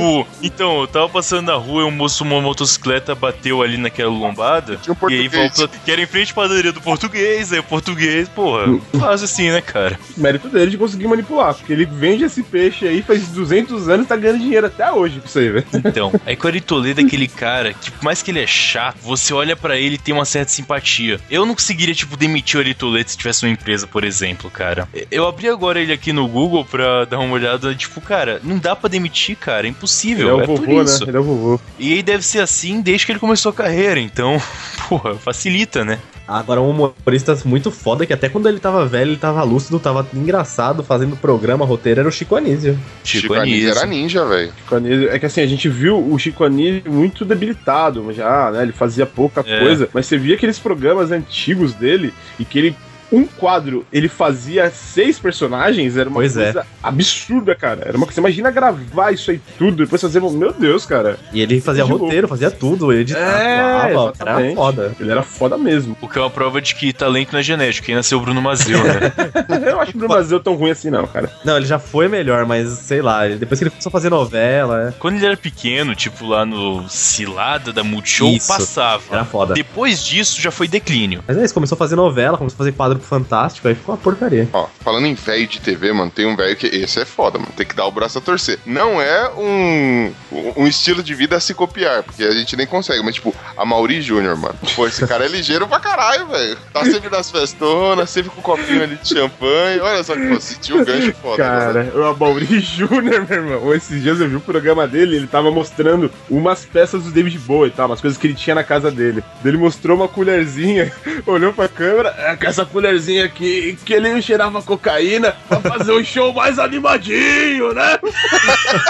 S3: então, eu tava passando na rua e um moço uma motocicleta bateu ali naquela lombada.
S1: Tinha um
S3: e aí
S1: português.
S3: voltou. Que era em frente à padaria do português, aí o português, porra. Faz assim, né, cara?
S5: mérito dele de conseguir manipular, porque ele vende esse peixe aí faz 200 anos e tá ganhando dinheiro até hoje com isso aí, velho.
S3: Então, aí com o Ari Toledo é aquele cara que, por mais que ele é chato, você olha pra ele e tem uma certa simpatia. Eu não conseguiria, tipo, demitir o Ari Toledo se tivesse uma empresa, por exemplo, cara. Eu abri agora ele aqui no Google pra dar uma olhada, tipo, cara, não dá pra demitir, cara. É
S5: Ele
S3: possível.
S5: é o
S3: é
S5: vovô,
S3: por
S5: né?
S3: isso.
S5: Ele é o vovô.
S3: E aí deve ser assim desde que ele começou a carreira, então, porra, facilita, né?
S2: Agora, um humorista muito foda que até quando ele tava velho, ele tava lúcido, tava engraçado, fazendo programa, roteiro, era o Chico é Anísio.
S1: Chico,
S3: Chico é
S1: Anísio
S3: Anísio.
S1: era ninja, velho.
S5: Chico Anísio- É que assim, a gente viu o Chico Anísio muito debilitado já, né? Ele fazia pouca
S3: É.
S5: coisa, mas você via aqueles programas antigos dele e que ele. Um quadro, ele fazia seis personagens, era uma
S2: Pois é.
S5: coisa absurda, cara. Era uma coisa. Você imagina gravar isso aí tudo, depois fazer. Meu Deus, cara.
S2: E ele fazia
S5: De
S2: roteiro, fazia tudo, ele editava, atuava, o cara era
S5: exatamente.
S2: foda.
S5: Ele era foda mesmo.
S3: O que é uma prova de que talento não é genético, quem nasceu Bruno Mazeu, né?
S5: Eu não acho o Bruno Brasil tão ruim assim, não, cara.
S2: Não, ele já foi melhor, mas sei lá, ele- depois que ele começou a fazer novela, é,
S3: Quando ele era pequeno, tipo lá no Cilada da Multishow,
S2: Isso.
S3: passava.
S2: era foda.
S3: Depois disso já foi declínio.
S2: Mas é isso, começou a fazer novela, começou a fazer quadro pro Fantástico, aí ficou uma porcaria.
S1: Ó, falando em velho de TV, mano, tem um velho que. Esse é foda, mano. Tem que dar o braço a torcer. Não é um, um estilo de vida a se copiar, porque a gente nem consegue, mas, tipo, a Mauri Júnior, mano. Pô, esse cara é ligeiro pra caralho, velho. Tá sempre nas festonas, sempre com o copinho ali de champanhe. Olha só que pô, sentiu o gancho foda. né?
S5: Cara, o Amaury Júnior, meu irmão. Esses dias eu vi o programa dele, ele tava mostrando umas peças do David Bowie, tá? Umas coisas que ele tinha na casa dele. Ele mostrou uma colherzinha, olhou pra câmera, é com essa colherzinha aqui que ele cheirava cocaína pra fazer um show mais animadinho, né?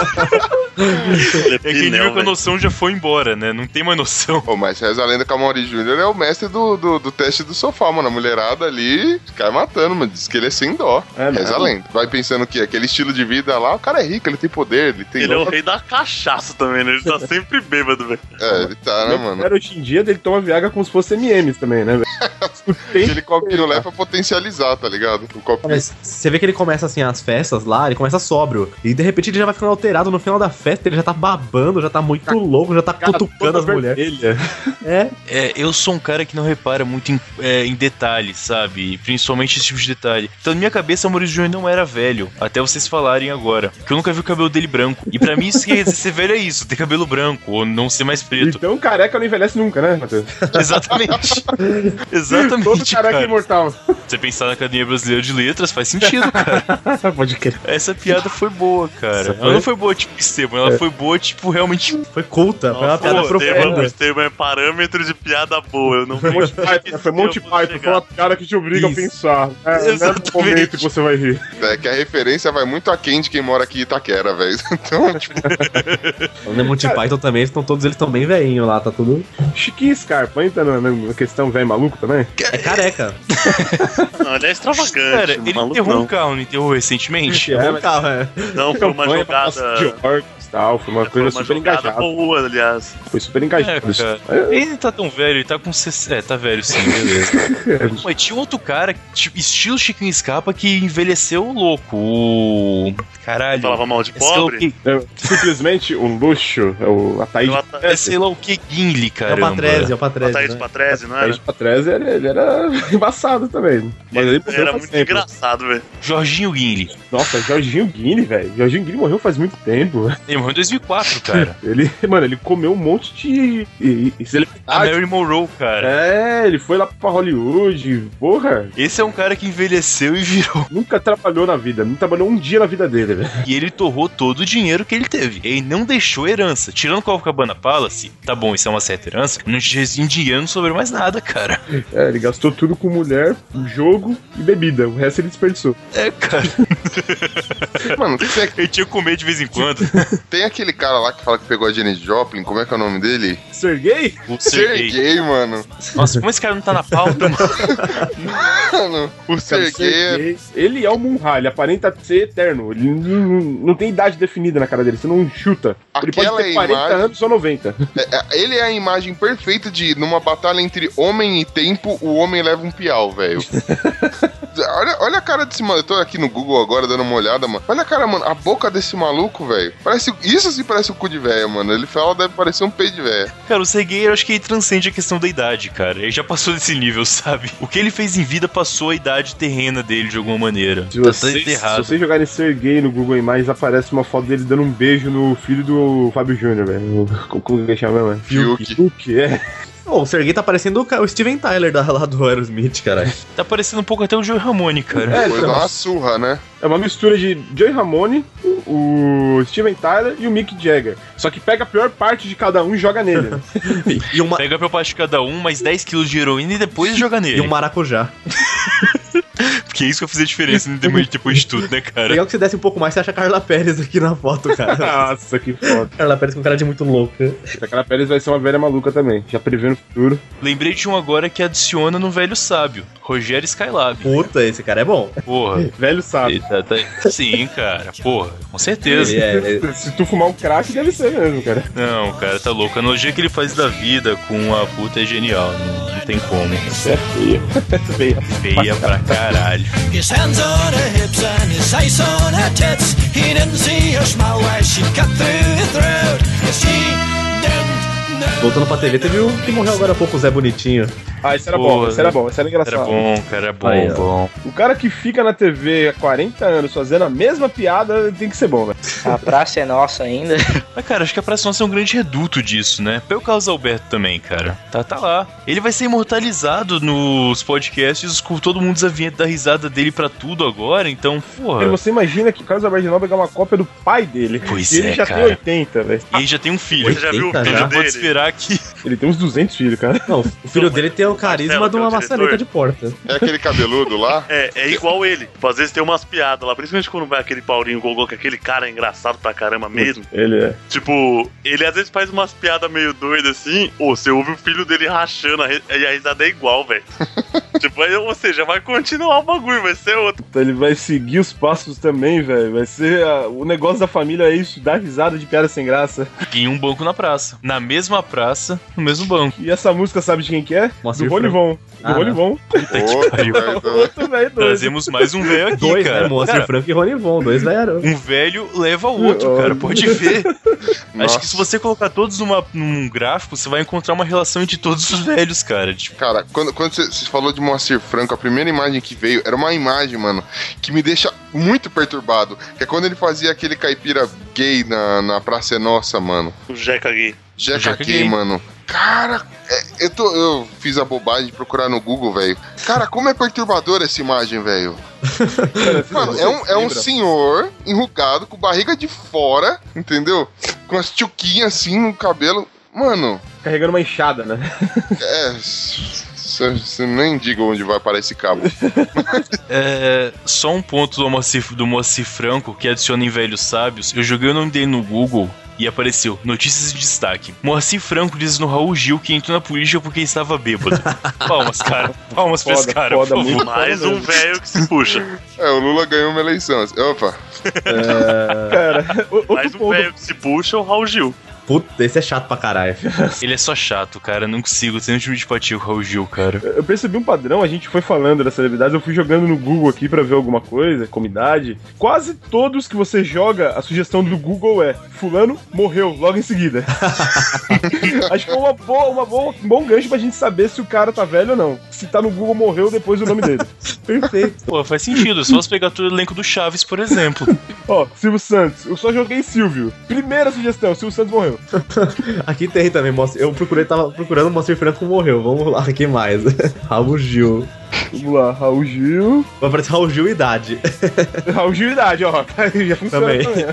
S6: Ele é
S3: É que nível
S6: pilhão,
S3: que a
S6: velho.
S3: noção já foi embora, né? Não tem mais noção.
S1: Pô, mas reza a lenda que a Mauri Júnior é o mestre do, do, do teste do sofá, mano. A mulherada ali cai matando, mano. Diz que ele é sem dó.
S5: É,
S1: Reza a lenda. Vai pensando que aquele estilo de vida lá, o cara é rico, ele tem poder, ele tem.
S6: Ele é o
S1: dó.
S6: rei da cachaça também, né? Ele tá sempre bêbado, velho.
S1: É, ele
S6: Ah,
S1: tá, né, mano?
S5: Era hoje em dia ele toma Viagra como se fosse MMs também, né, velho? Tem-
S1: Aquele copinho lá é pra potencializar, tá ligado? O copinho.
S2: Mas você vê que ele começa assim, as festas lá, ele começa sóbrio. E de repente ele já vai ficando alterado no final da festa, ele já tá babando, já tá muito louco, já tá
S5: Cara,
S2: cutucando
S5: toda
S2: as mulheres.
S5: vermelha.
S2: É,
S3: É, eu sou um cara que não repara muito em, é, em detalhes, sabe? Principalmente esse tipo de detalhe. Então, na minha cabeça, o Maurício Júnior não era velho, até vocês falarem agora. Porque eu nunca vi o cabelo dele branco. E pra mim, isso que é ser velho é isso, ter cabelo branco, ou não ser mais preto.
S5: Então careca não envelhece nunca, né, Matheus?
S3: Exatamente.
S5: Todo
S3: Exatamente,
S5: careca é
S3: cara.
S5: imortal.
S3: Você pensar na Academia Brasileira de Letras faz sentido, cara.
S5: Pode crer.
S3: Essa piada foi boa, cara. Ela não foi boa, tipo, Esteban, ela foi boa, tipo, realmente
S2: foi culta, foi uma
S6: Nossa,
S2: piada
S6: o Esteban, o
S2: profunda.
S6: Esteban é parâmetro de piada boa. Eu não
S5: Foi Monty Python, foi Monty
S6: Eu vou
S5: Python,
S6: chegar.
S5: foi uma cara que te obriga
S2: Isso.
S5: a pensar. É, não é
S3: Exatamente.
S5: no momento que você vai rir.
S1: É que a referência vai muito aquém de quem mora aqui em Itaquera, velho. Então, tipo,
S2: O The Monty Python também, estão todos eles tão bem veinho lá, tá tudo.
S5: Chiquinho Scarpa, entra na, na questão velho maluco também?
S2: É careca.
S6: Não, ele é extravagante.
S3: Cara, ele
S6: maluco
S3: enterrou um
S6: não.
S3: carro, não enterrou recentemente?
S2: É, mas... carro, é.
S6: Não, foi uma
S5: Campanha pra Taça
S6: jogada.
S5: de órgãos e tal, foi uma
S6: Foi
S5: coisa
S6: uma
S5: super
S6: jogada
S5: engajada.
S6: boa, aliás.
S5: Foi super
S3: É,
S5: engajado.
S3: cara. Ele não tá tão velho, ele tá com 60. É, tá velho sim, beleza. Mas tinha um outro cara, tipo, estilo Chiquinho Escapa, que envelheceu louco. O. Caralho.
S6: Falava mal de
S3: É sei lá o
S6: pobre.
S3: que.
S5: Simplesmente um luxo, é o Ataíde
S6: Eu
S3: É sei lá o que Gimli,
S2: É o
S3: caramba.
S2: Patrese, é o Patrese.
S6: Tá isso
S2: né?
S6: pra trás, não era?
S5: Ataíde Patrese, ele, ele era embaçado também. Mas ele morreu
S6: Era
S5: faz
S6: muito
S5: tempo.
S6: engraçado, velho.
S3: Jorginho Gimli.
S5: Nossa, Jorginho Guine, velho. Jorginho Guine morreu faz muito tempo.
S3: Ele morreu em 2004, cara.
S5: Ele, mano, ele comeu um monte de. E, e
S3: A
S5: celebridade.
S3: Mary Monroe, cara.
S5: É, ele foi lá pra Hollywood, porra.
S3: Esse é um cara que envelheceu e virou.
S5: Nunca trabalhou na vida, não trabalhou um dia na vida dele, velho.
S3: E ele torrou todo o dinheiro que ele teve. Ele não deixou herança. Tirando Copacabana Palace, tá bom, isso é uma certa herança. Não tinha em dinheiro, não sobrou mais nada, cara.
S5: É, ele gastou tudo com mulher, jogo e bebida. O resto ele desperdiçou.
S3: É, cara.
S1: mano, tem,
S3: Ele tinha que comer de vez em quando.
S1: tem aquele cara lá que fala que pegou a Jenny Joplin, como é que é o nome dele?
S5: Serguei?
S3: O Sergei.
S1: Sergei, mano.
S3: Nossa, como esse cara não tá na pauta, mano?
S1: Mano, o
S5: Cara,
S1: Sergei.
S5: Serguei, Ele é o Munha, ele aparenta ser eterno. Ele não, não- não tem idade definida na cara dele, você não chuta. ele pode
S1: Aquela
S5: ter 40
S1: imagem-
S5: anos ou 90.
S1: é- é- ele é a imagem perfeita de numa batalha entre homem e tempo, o homem leva um piau, velho. Olha, olha a cara desse maluco. Eu tô aqui no Google agora dando uma olhada, mano. Olha a cara, mano. A boca desse maluco, velho. Parece. Isso sim parece o cu de velho, mano. Ele fala, deve parecer um peido de velho.
S3: Cara, o Sergei, eu acho que ele transcende a questão da idade, cara. Ele já passou desse nível, sabe? O que ele fez em vida passou a idade terrena dele de alguma maneira.
S5: Se
S3: Tá
S5: você,
S3: tudo
S5: se
S3: errado.
S5: você jogar em Serguei no Google Imagens, aparece uma foto dele dando um beijo no filho do Fábio Júnior, velho. O- Como que ele chama mesmo?
S1: Fiuk.
S5: Fiuk, é.
S2: Ô, o Serguei tá parecendo o ca- o Steven Tyler da, lá do Aerosmith, cara.
S3: Tá parecendo um pouco até o Joe Ramone, cara.
S5: É,
S1: Foi
S5: então,
S1: uma surra, né?
S5: é uma mistura de Joey Ramone com o Steven Tyler e o Mick Jagger. Só que pega a pior parte de cada um e joga nele. né?
S2: E, uma,
S3: Pega a parte de cada um, mais 10 quilos de heroína e depois joga
S2: e
S3: nele.
S2: um maracujá.
S3: Porque é isso que vai fazer diferença no depois, depois de tudo, né, cara?
S2: Legal que você desce um pouco mais, você acha a Carla Pérez aqui na foto, cara.
S5: Nossa, que foda.
S2: Carla Pérez com cara de muito louca.
S5: Aquela Pérez vai ser uma velha maluca também. Já prevendo o futuro.
S3: Lembrei de um agora que adiciona no velho sábio, Rogério Skylab.
S2: Puta, esse cara é bom.
S3: Porra.
S5: Velho sabe.
S3: Ele tá- tá- Sim, cara. Porra, com certeza.
S2: Ele é, é-
S5: Se tu fumar um crack, deve ser mesmo, cara.
S3: Não, cara, tá louco. A analogia que ele faz da vida com a puta é genial. Não, não tem como.
S5: É feia. É feia.
S3: Feia pra caralho.
S10: His hands on her hips and his eyes on her tits. He didn't see her smile while she cut through his throat. Yes, she didn't know.
S2: Voltando pra TV, teve o que morreu agora há pouco, o Zé Bonitinho.
S5: Ah, isso era
S3: Boa,
S5: bom, isso era
S3: né?
S5: bom, isso era engraçado.
S3: Era bom, cara, era bom,
S2: Aí, ó.
S3: bom.
S5: O cara que fica na TV há 40 anos fazendo a mesma piada tem que ser bom, velho.
S8: A praça é nossa ainda.
S3: Mas, cara, acho que a Praça Nossa é um grande reduto disso, né? Pelo Carlos Alberto também, cara. Tá, tá lá. Ele vai ser imortalizado nos podcasts, com todo mundo desavia- da risada dele pra tudo agora, então,
S5: Porque
S3: porra.
S5: Você imagina que o Carlos Alberto de Nóbrega é uma cópia do pai dele.
S3: Pois
S5: e ele
S3: é,
S5: já
S3: cara.
S5: tem 80, velho.
S3: E ele já tem um filho.
S6: Você já viu o
S2: Eita,
S6: filho
S2: já.
S3: Já pode
S6: dele?
S3: esperar que.
S5: Ele tem uns 200 filhos, cara.
S2: Não, o filho dele tem o carisma
S6: Marcelo,
S2: de
S6: que é
S2: uma
S6: o diretor.
S2: maçaneta de porta.
S1: É aquele cabeludo lá?
S6: É, é igual ele. Tipo, às vezes tem umas piadas lá, principalmente quando vai aquele Paulinho Gogol, que aquele cara é engraçado pra caramba mesmo.
S5: Ele é.
S6: Tipo, ele às vezes faz umas piadas meio doidas assim, ou você ouve o filho dele rachando a ri- e a risada é igual, velho. tipo, aí, ou seja, vai continuar o bagulho, vai ser outro.
S5: Então ele vai seguir os passos também, velho. Vai ser. a- O negócio da família é isso, dar risada de piada sem graça.
S3: Em um banco na praça. Na mesma praça, no mesmo banco.
S5: E essa música sabe de quem que é?
S2: Moacir
S5: do Rolivon.
S2: Ah,
S5: do Rolivon.
S1: Puta, mas, ó,
S5: Outro velho doido.
S3: Trazemos mais um velho aqui,
S2: Dois,
S3: cara.
S2: né? Moacir
S3: Cara,
S2: Franco e Ronivon, dois velhos.
S3: um velho leva o outro, cara. Pode ver. Acho
S1: nossa,
S3: que se você colocar todos numa, num gráfico, você vai encontrar uma relação entre todos os velhos, cara. Tipo,
S1: Cara, quando, quando você, você falou de Moacir Franco, a primeira imagem que veio era uma imagem, mano, que me deixa muito perturbado. Que é quando ele fazia aquele caipira gay na, na Praça é Nossa, mano.
S6: O Jeca Gui.
S1: Jeca
S3: Jeca
S1: gay,
S3: gay.
S1: mano. Cara, é, eu, tô, eu fiz a bobagem de procurar no Google, velho. Cara, como é perturbadora essa imagem, velho. Mano, é um, é um senhor enrugado, com barriga de fora, entendeu? Com as tchuquinhas assim no cabelo. Mano,
S5: Carregando uma enxada, né?
S1: é. Você nem diga onde vai parar esse cabo.
S3: É, só um ponto do Moacir, do Moacir Franco que adiciona em Velhos Sábios. Eu joguei o nome dele no Google e apareceu notícias de destaque. Moacir Franco diz no Raul Gil que entrou na política porque estava bêbado. Palmas, cara. Palmas pra esse
S5: Foda,
S3: cara,
S5: foda,
S3: por favor.
S5: muito.
S6: Mais
S2: né?
S6: um velho que se puxa.
S1: É, o Lula ganhou uma eleição. Opa,
S5: O- Outro
S6: Mais um
S5: ponto.
S6: velho que se puxa é o Raul Gil.
S2: Puta, esse é chato pra caralho.
S3: Ele é só chato, cara. Não consigo. Eu Tenho um time de empatia com o Raul Gil, cara.
S5: Eu percebi um padrão, a gente foi falando das celebridades, eu fui jogando no Google aqui pra ver alguma coisa, como idade. Quase todos que você joga, a sugestão do Google é: Fulano morreu logo em seguida. Acho que é uma boa, uma boa, um bom gancho pra gente saber se o cara tá velho ou não. Se tá no Google, morreu depois do nome dele.
S2: Perfeito.
S3: Pô, faz sentido. É só você pegar todo o elenco do Chaves, por exemplo.
S5: Ó, Silvio Santos, eu só joguei Silvio. Primeira sugestão: Silvio Santos morreu.
S2: Aqui tem também, Moacir- eu procurei, tava procurando o Moacir Franco morreu. Vamos lá, que mais? Raul Gil.
S5: Vamos lá, Raul Gil.
S2: Vai aparecer Raul Gil idade.
S5: Raul Gil, idade, ó. Já funciona
S2: Também.
S5: também.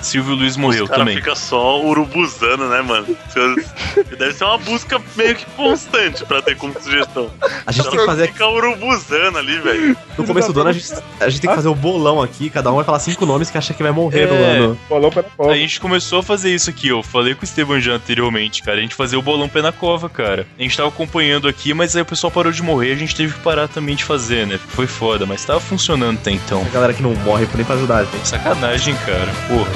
S3: Silvio Luiz morreu
S6: O cara
S3: também.
S6: fica só urubuzando, né, mano? Deve ser uma busca meio que constante pra ter como sugestão.
S2: A gente tem que fazer
S6: Fica urubuzando ali, velho.
S2: No começo do ano, a gente, a gente tem que fazer o bolão aqui, cada um vai falar cinco nomes que acha que vai morrer no
S3: É.
S2: ano.
S5: Falou para
S3: A
S5: fora.
S3: gente começou a fazer isso aqui, eu falei com o Esteban já anteriormente, cara. A gente fazia o bolão pé na cova, cara. A gente tava acompanhando aqui, mas aí o pessoal parou de morrer, a gente teve que parar também de fazer, né? Foi foda, mas tava funcionando até então.
S2: A galera que não morre nem pra ajudar a gente.
S3: Sacanagem, cara. Porra.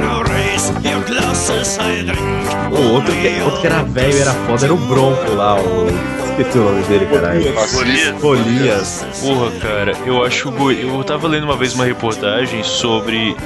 S10: No raise your glasses, I drink.
S2: O outro que, outro que era velho e era foda era o Bronco lá, o. esqueci o nome dele, caralho.
S1: Golias.
S2: Golias.
S3: Porra, cara, eu acho. go- Eu tava lendo uma vez uma reportagem sobre.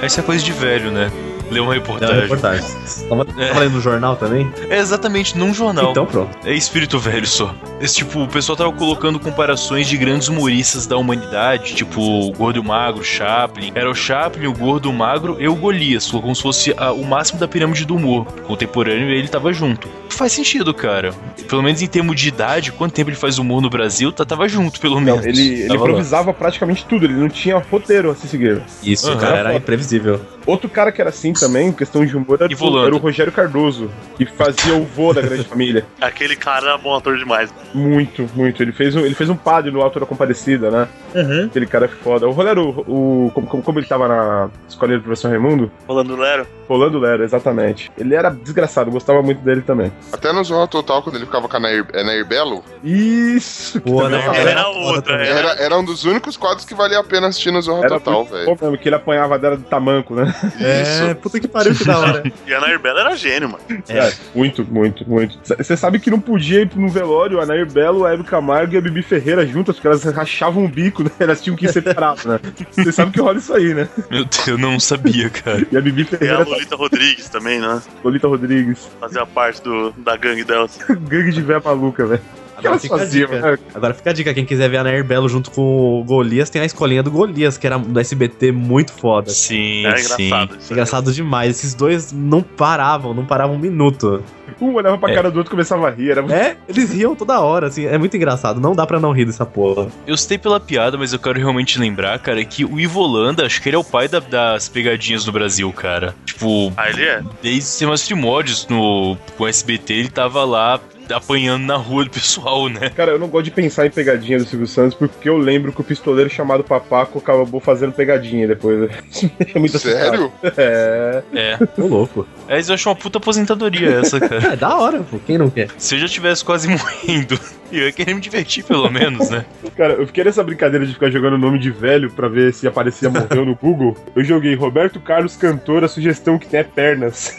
S3: Essa é coisa de velho, né? Ler uma
S2: É uma
S3: reportagem.
S2: reportagem. Tava,
S3: É.
S2: tava lendo no jornal também?
S3: É exatamente num jornal.
S2: Então pronto.
S3: É espírito velho só. Esse tipo, o pessoal tava colocando comparações de grandes humoristas da humanidade, tipo o Gordo e o Magro, o Chaplin. Era o Chaplin, o Gordo, o Magro e o Golias, como se fosse a- o máximo da pirâmide do humor. Contemporâneo ele tava junto. Faz sentido, cara. Pelo menos em termos de idade, quanto tempo ele faz humor no Brasil, tá, tava junto, pelo
S5: Não,
S3: menos.
S5: ele, ele
S2: Tá rolando.
S5: improvisava praticamente tudo, ele não tinha roteiro a se seguir.
S2: Isso,
S3: Aham.
S2: cara, era imprevisível.
S5: Outro cara que era assim também, em questão de humor, era,
S3: E volando.
S5: o- era o Rogério Cardoso, que fazia o vô da grande família.
S6: Aquele cara era bom ator demais.
S5: Muito, muito. Ele fez um, ele fez um padre no Alto da Comparecida, né?
S6: Uhum.
S5: Aquele cara é foda. O Rolero, o, como, como- como ele tava na escolinha do professor Raimundo,
S6: Rolando Lero.
S5: Rolando Lero, exatamente. Ele era desgraçado, eu gostava muito dele também.
S1: Até no Zorra Total, quando ele ficava com a Nair, é Nair Belo,
S5: Isso! que
S2: Pô,
S5: também
S2: né?
S5: era-
S6: Era,
S2: era foda
S6: outra,
S2: também.
S6: era.
S1: era, era um dos únicos quadros que valia a pena assistir no Zorra
S5: É. Era
S1: Total,
S5: muito
S1: velho.
S5: bom mesmo, é que ele apanhava dela do tamanco, né?
S2: É, puta que pariu que da hora.
S6: E a Nair Bela era gênio, mano.
S2: É.
S5: Muito, muito, muito. Você sabe que não podia ir no velório a Nair Belo, a Hebe Camargo e a Bibi Ferreira juntas, porque elas rachavam o bico, né? Elas tinham que ir separadas, né? Você sabe que rola isso aí, né?
S3: Meu Deus, eu não sabia, cara.
S5: E a Bibi
S6: E a
S5: Ferreira,
S6: Lolita Rodrigues também, né?
S5: Lolita Rodrigues,
S6: Fazia parte do, da gangue delas.
S5: gangue de véia maluca, velho. O que
S2: Agora
S5: elas
S2: fica, a
S5: faziam,
S2: dica.
S5: né?
S2: Agora fica a dica, quem quiser ver a Nair Belo junto com o Golias, tem a escolinha do Golias, que era do SBT muito foda.
S3: Sim,
S6: Era
S3: sim.
S6: É engraçado. isso né? aí.
S2: Engraçado demais, esses dois não paravam, não paravam um minuto.
S5: Um olhava pra
S3: É.
S5: cara do outro e começava a rir. Era...
S2: É, eles riam toda hora, assim, é muito engraçado, não dá pra não rir dessa porra.
S3: Eu citei pela piada, mas eu quero realmente lembrar, cara, que o Ivo Holanda, acho que ele é o pai da- das pegadinhas no Brasil, cara. Tipo,
S6: Ah, ele é?
S3: desde seus primórdios no, com o SBT, ele tava lá apanhando na rua do pessoal, né?
S5: Cara, eu não gosto de pensar em pegadinha do Silvio Santos, porque eu lembro que o pistoleiro chamado Papaco acabou fazendo pegadinha depois. né? Isso me deixa muito
S1: Sério?
S5: assustado. É.
S3: É.
S2: Ô louco.
S3: Mas eu acho uma puta aposentadoria essa, cara.
S2: É, da hora, pô, quem não quer?
S3: Se eu já tivesse quase morrendo, eu ia querer me divertir pelo menos, né?
S5: Cara, eu fiquei nessa brincadeira de ficar jogando o nome de velho pra ver se aparecia morreu no Google. Eu joguei Roberto Carlos Cantor, a sugestão que tem é pernas.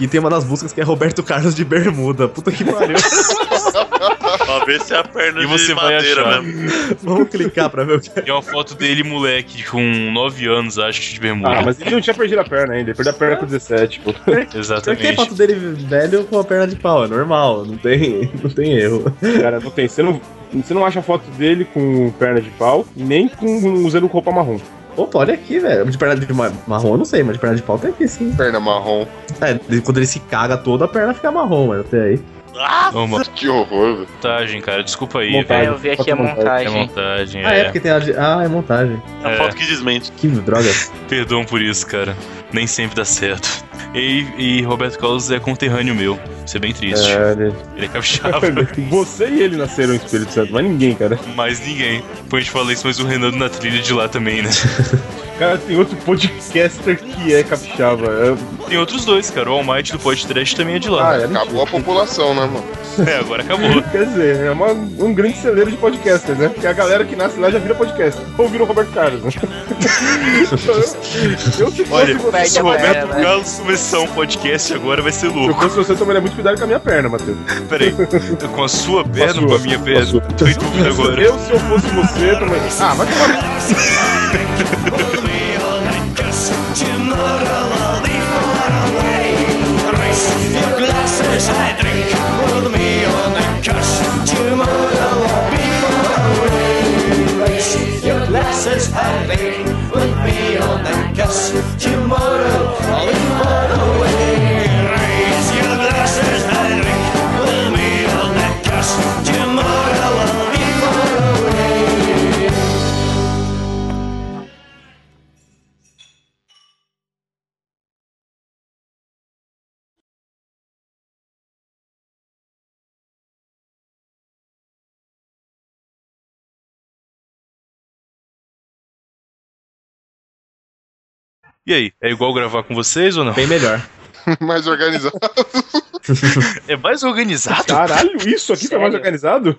S2: E tem uma das buscas que é Roberto Carlos de Bermuda, puta que pariu.
S6: Pra ver se é a perna
S3: E você
S6: de
S3: vai
S6: madeira
S3: achar.
S6: mesmo.
S2: Vamos clicar pra ver o que é.
S3: E uma foto dele, moleque, com 9 anos, acho que de bermuda.
S5: Ah, mas ele não tinha perdido a perna ainda, ele perdeu a perna com 17, pô.
S2: Será que tem
S3: Exatamente.
S2: foto dele velho com a perna de pau? É normal, não tem, não tem erro.
S5: Cara, não tem. Você não, você não acha foto dele com perna de pau, nem com usando roupa marrom.
S2: Opa, olha aqui, velho. De perna de ma- marrom, eu não sei, mas de perna de pau tem aqui, sim.
S1: Perna marrom.
S2: É, de- quando ele se caga toda, a perna fica marrom, mano, até aí.
S6: Ah,
S3: Ô, É uma
S1: Que horror, velho.
S3: montagem, cara. Desculpa aí,
S5: Montagem.
S3: velho.
S8: É, eu vi aqui a
S3: É
S8: montagem.
S3: montagem,
S2: Ah, é,
S3: é.
S2: porque tem a... de- Ah, é montagem.
S6: a
S3: É.
S6: foto que desmente.
S2: Que droga.
S3: Perdão por isso, cara. Nem sempre dá certo. E, e Roberto Carlos é conterrâneo meu. Isso é bem triste. Ele é capixaba,
S5: Você e ele nasceram em Espírito Santo, mas ninguém, cara.
S3: mais ninguém. Depois a gente fala isso, mas o Renan na trilha de lá também, né?
S5: Cara, tem outro podcaster que é capixaba. É-
S3: Tem outros dois, cara. O Almighty do podcast também é de
S5: Ah,
S3: lá.
S5: é
S1: Acabou a população, né, mano?
S3: É, agora acabou.
S5: Quer dizer, é uma- um grande celeiro de podcasters, né? Porque a galera que nasce lá já vira podcast. Ou vira o Roberto Carlos, né? Então, eu, eu, se fosse
S3: Olha,
S5: você,
S3: Se o
S8: Perde a
S3: Roberto
S8: perna.
S3: Carlos começar um podcast agora vai ser
S5: se eu
S3: louco.
S5: fosse você, eu tomaria muito cuidado com a minha perna, Matheus.
S3: Peraí. Com a sua perna ou
S5: sua,
S3: com a minha perna?
S5: sua.
S3: Tô em dúvida agora.
S5: Eu, se eu fosse você, eu tomaria... Ah, vai tomar...
S3: E aí, é igual gravar com vocês ou não?
S2: Bem melhor.
S1: Mais organizado.
S3: É mais organizado?
S5: Caralho, isso aqui foi mais
S8: Sério?
S5: organizado?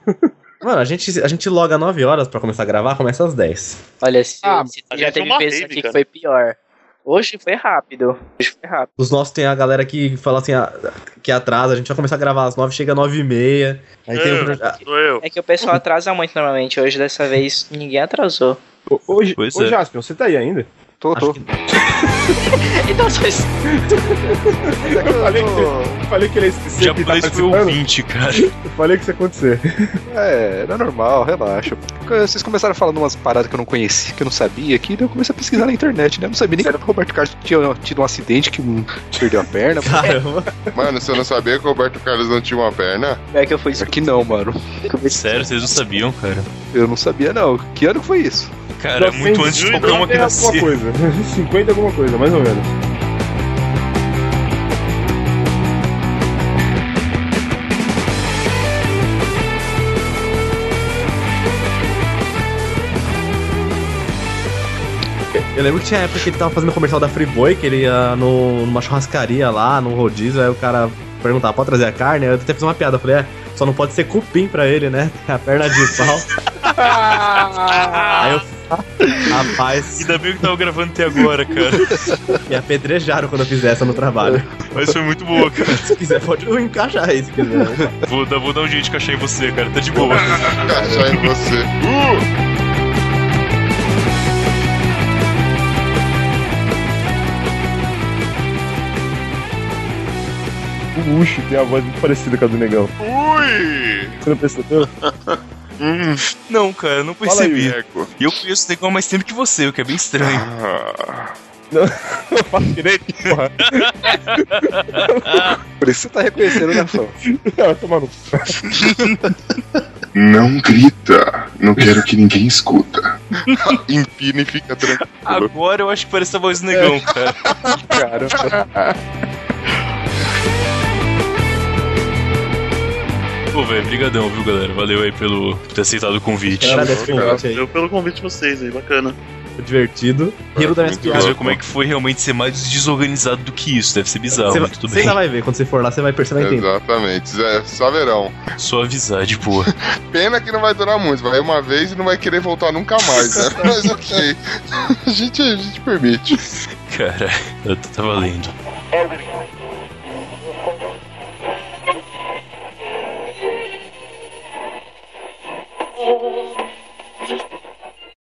S2: Mano, a gente, a gente loga 9 horas pra começar a gravar, começa às 10.
S8: Olha, se,
S5: Ah,
S8: se
S6: a
S8: já
S6: gente é
S8: teve
S6: uma
S8: vezes
S6: rave,
S8: aqui que
S6: cara.
S8: foi pior. Hoje foi rápido. Hoje foi rápido.
S2: Os nossos tem a galera que fala assim, ah, que atrasa, a gente vai começar a gravar às nove, chega às nove e meia. Aí tem
S6: É.
S2: um projeto.
S6: Sou eu.
S8: É que o pessoal atrasa muito normalmente. Hoje, dessa vez, ninguém atrasou.
S5: Ô, Hoje,
S3: Pois
S5: ô
S3: é.
S5: Jaspion, você tá aí ainda?
S7: Tô, tô.
S8: Então, só isso.
S7: Mas é que
S5: Eu falei que
S7: tô-
S5: Eu falei que ele ia esquecer que tá
S3: Japonês foi
S5: participando.
S3: ouvinte, cara.
S5: Eu falei que isso ia acontecer.
S7: É, não é normal, relaxa. Vocês começaram falando umas paradas que eu não conhecia, que eu não sabia aqui, daí eu comecei a pesquisar na internet, né? Eu não sabia nem que o Roberto Carlos tinha tido um acidente que hum, perdeu a perna.
S2: Caramba.
S1: Mano, você não sabia que o Roberto Carlos não tinha uma perna?
S8: Pior que eu fui
S7: Aqui não, mano.
S8: descobrir.
S3: Sério, vocês não sabiam, cara?
S7: Eu não sabia, não. Que ano que foi isso?
S3: Cara, é muito antes de qualquer uma que
S5: 900 alguma
S3: nascer.
S5: coisa. 50 alguma coisa, mais ou menos.
S2: Eu lembro que tinha época que ele tava fazendo comercial da Friboi, que ele ia no- numa churrascaria lá, num rodízio, aí o cara perguntava, pode trazer a carne? Aí Eu até fiz uma piada, eu falei, é, só não pode ser cupim pra ele, né? A perna de pau. aí eu Rapaz,
S3: Ainda bem que eu tava gravando até agora, cara.
S2: me apedrejaram quando eu fiz essa no trabalho.
S3: Mas foi muito boa, cara.
S2: Se quiser, pode encaixar aí, se quiser.
S3: Vou dar, vou dar um jeito de cachar em você, cara. Tá de boa.
S1: Achar em você.
S5: O Ucho tem a voz muito parecida com a do negão.
S1: Ui!
S5: Você não percebeu?
S3: Não, cara, não
S5: Fala aí,
S3: percebi.
S1: Eco.
S3: E eu conheço o negócio há mais tempo que você, o que é bem estranho.
S1: Ah,
S5: Eu faço direito, porra.
S7: Por isso você tá reconhecendo, né, Fão?
S5: Não, toma no cu.
S1: Não grita. Não quero que ninguém escuta. Empina e fica tranquilo.
S3: Agora eu acho que parece a voz do negão, cara.
S5: cara.
S3: Pô, velho, brigadão, viu, galera? Valeu aí pelo por ter aceitado o convite.
S2: Agradeço o convite aí.
S6: Eu pelo convite de vocês aí, bacana.
S2: Foi divertido. Riro da minha
S3: Quero
S2: piada.
S3: ver como é que foi realmente ser mais desorganizado do que isso. Deve ser bizarro,
S2: Você vai-
S3: mas tudo
S2: você
S3: bem.
S2: ainda vai ver, quando você for lá, você vai perceber vai entender.
S1: Exatamente, Zé, só verão.
S3: Só avisar, de boa.
S1: Pena que não vai durar muito, vai uma vez e não vai querer voltar nunca mais, né? Mas ok. A gente, a gente permite.
S3: Cara, tá- tá valendo.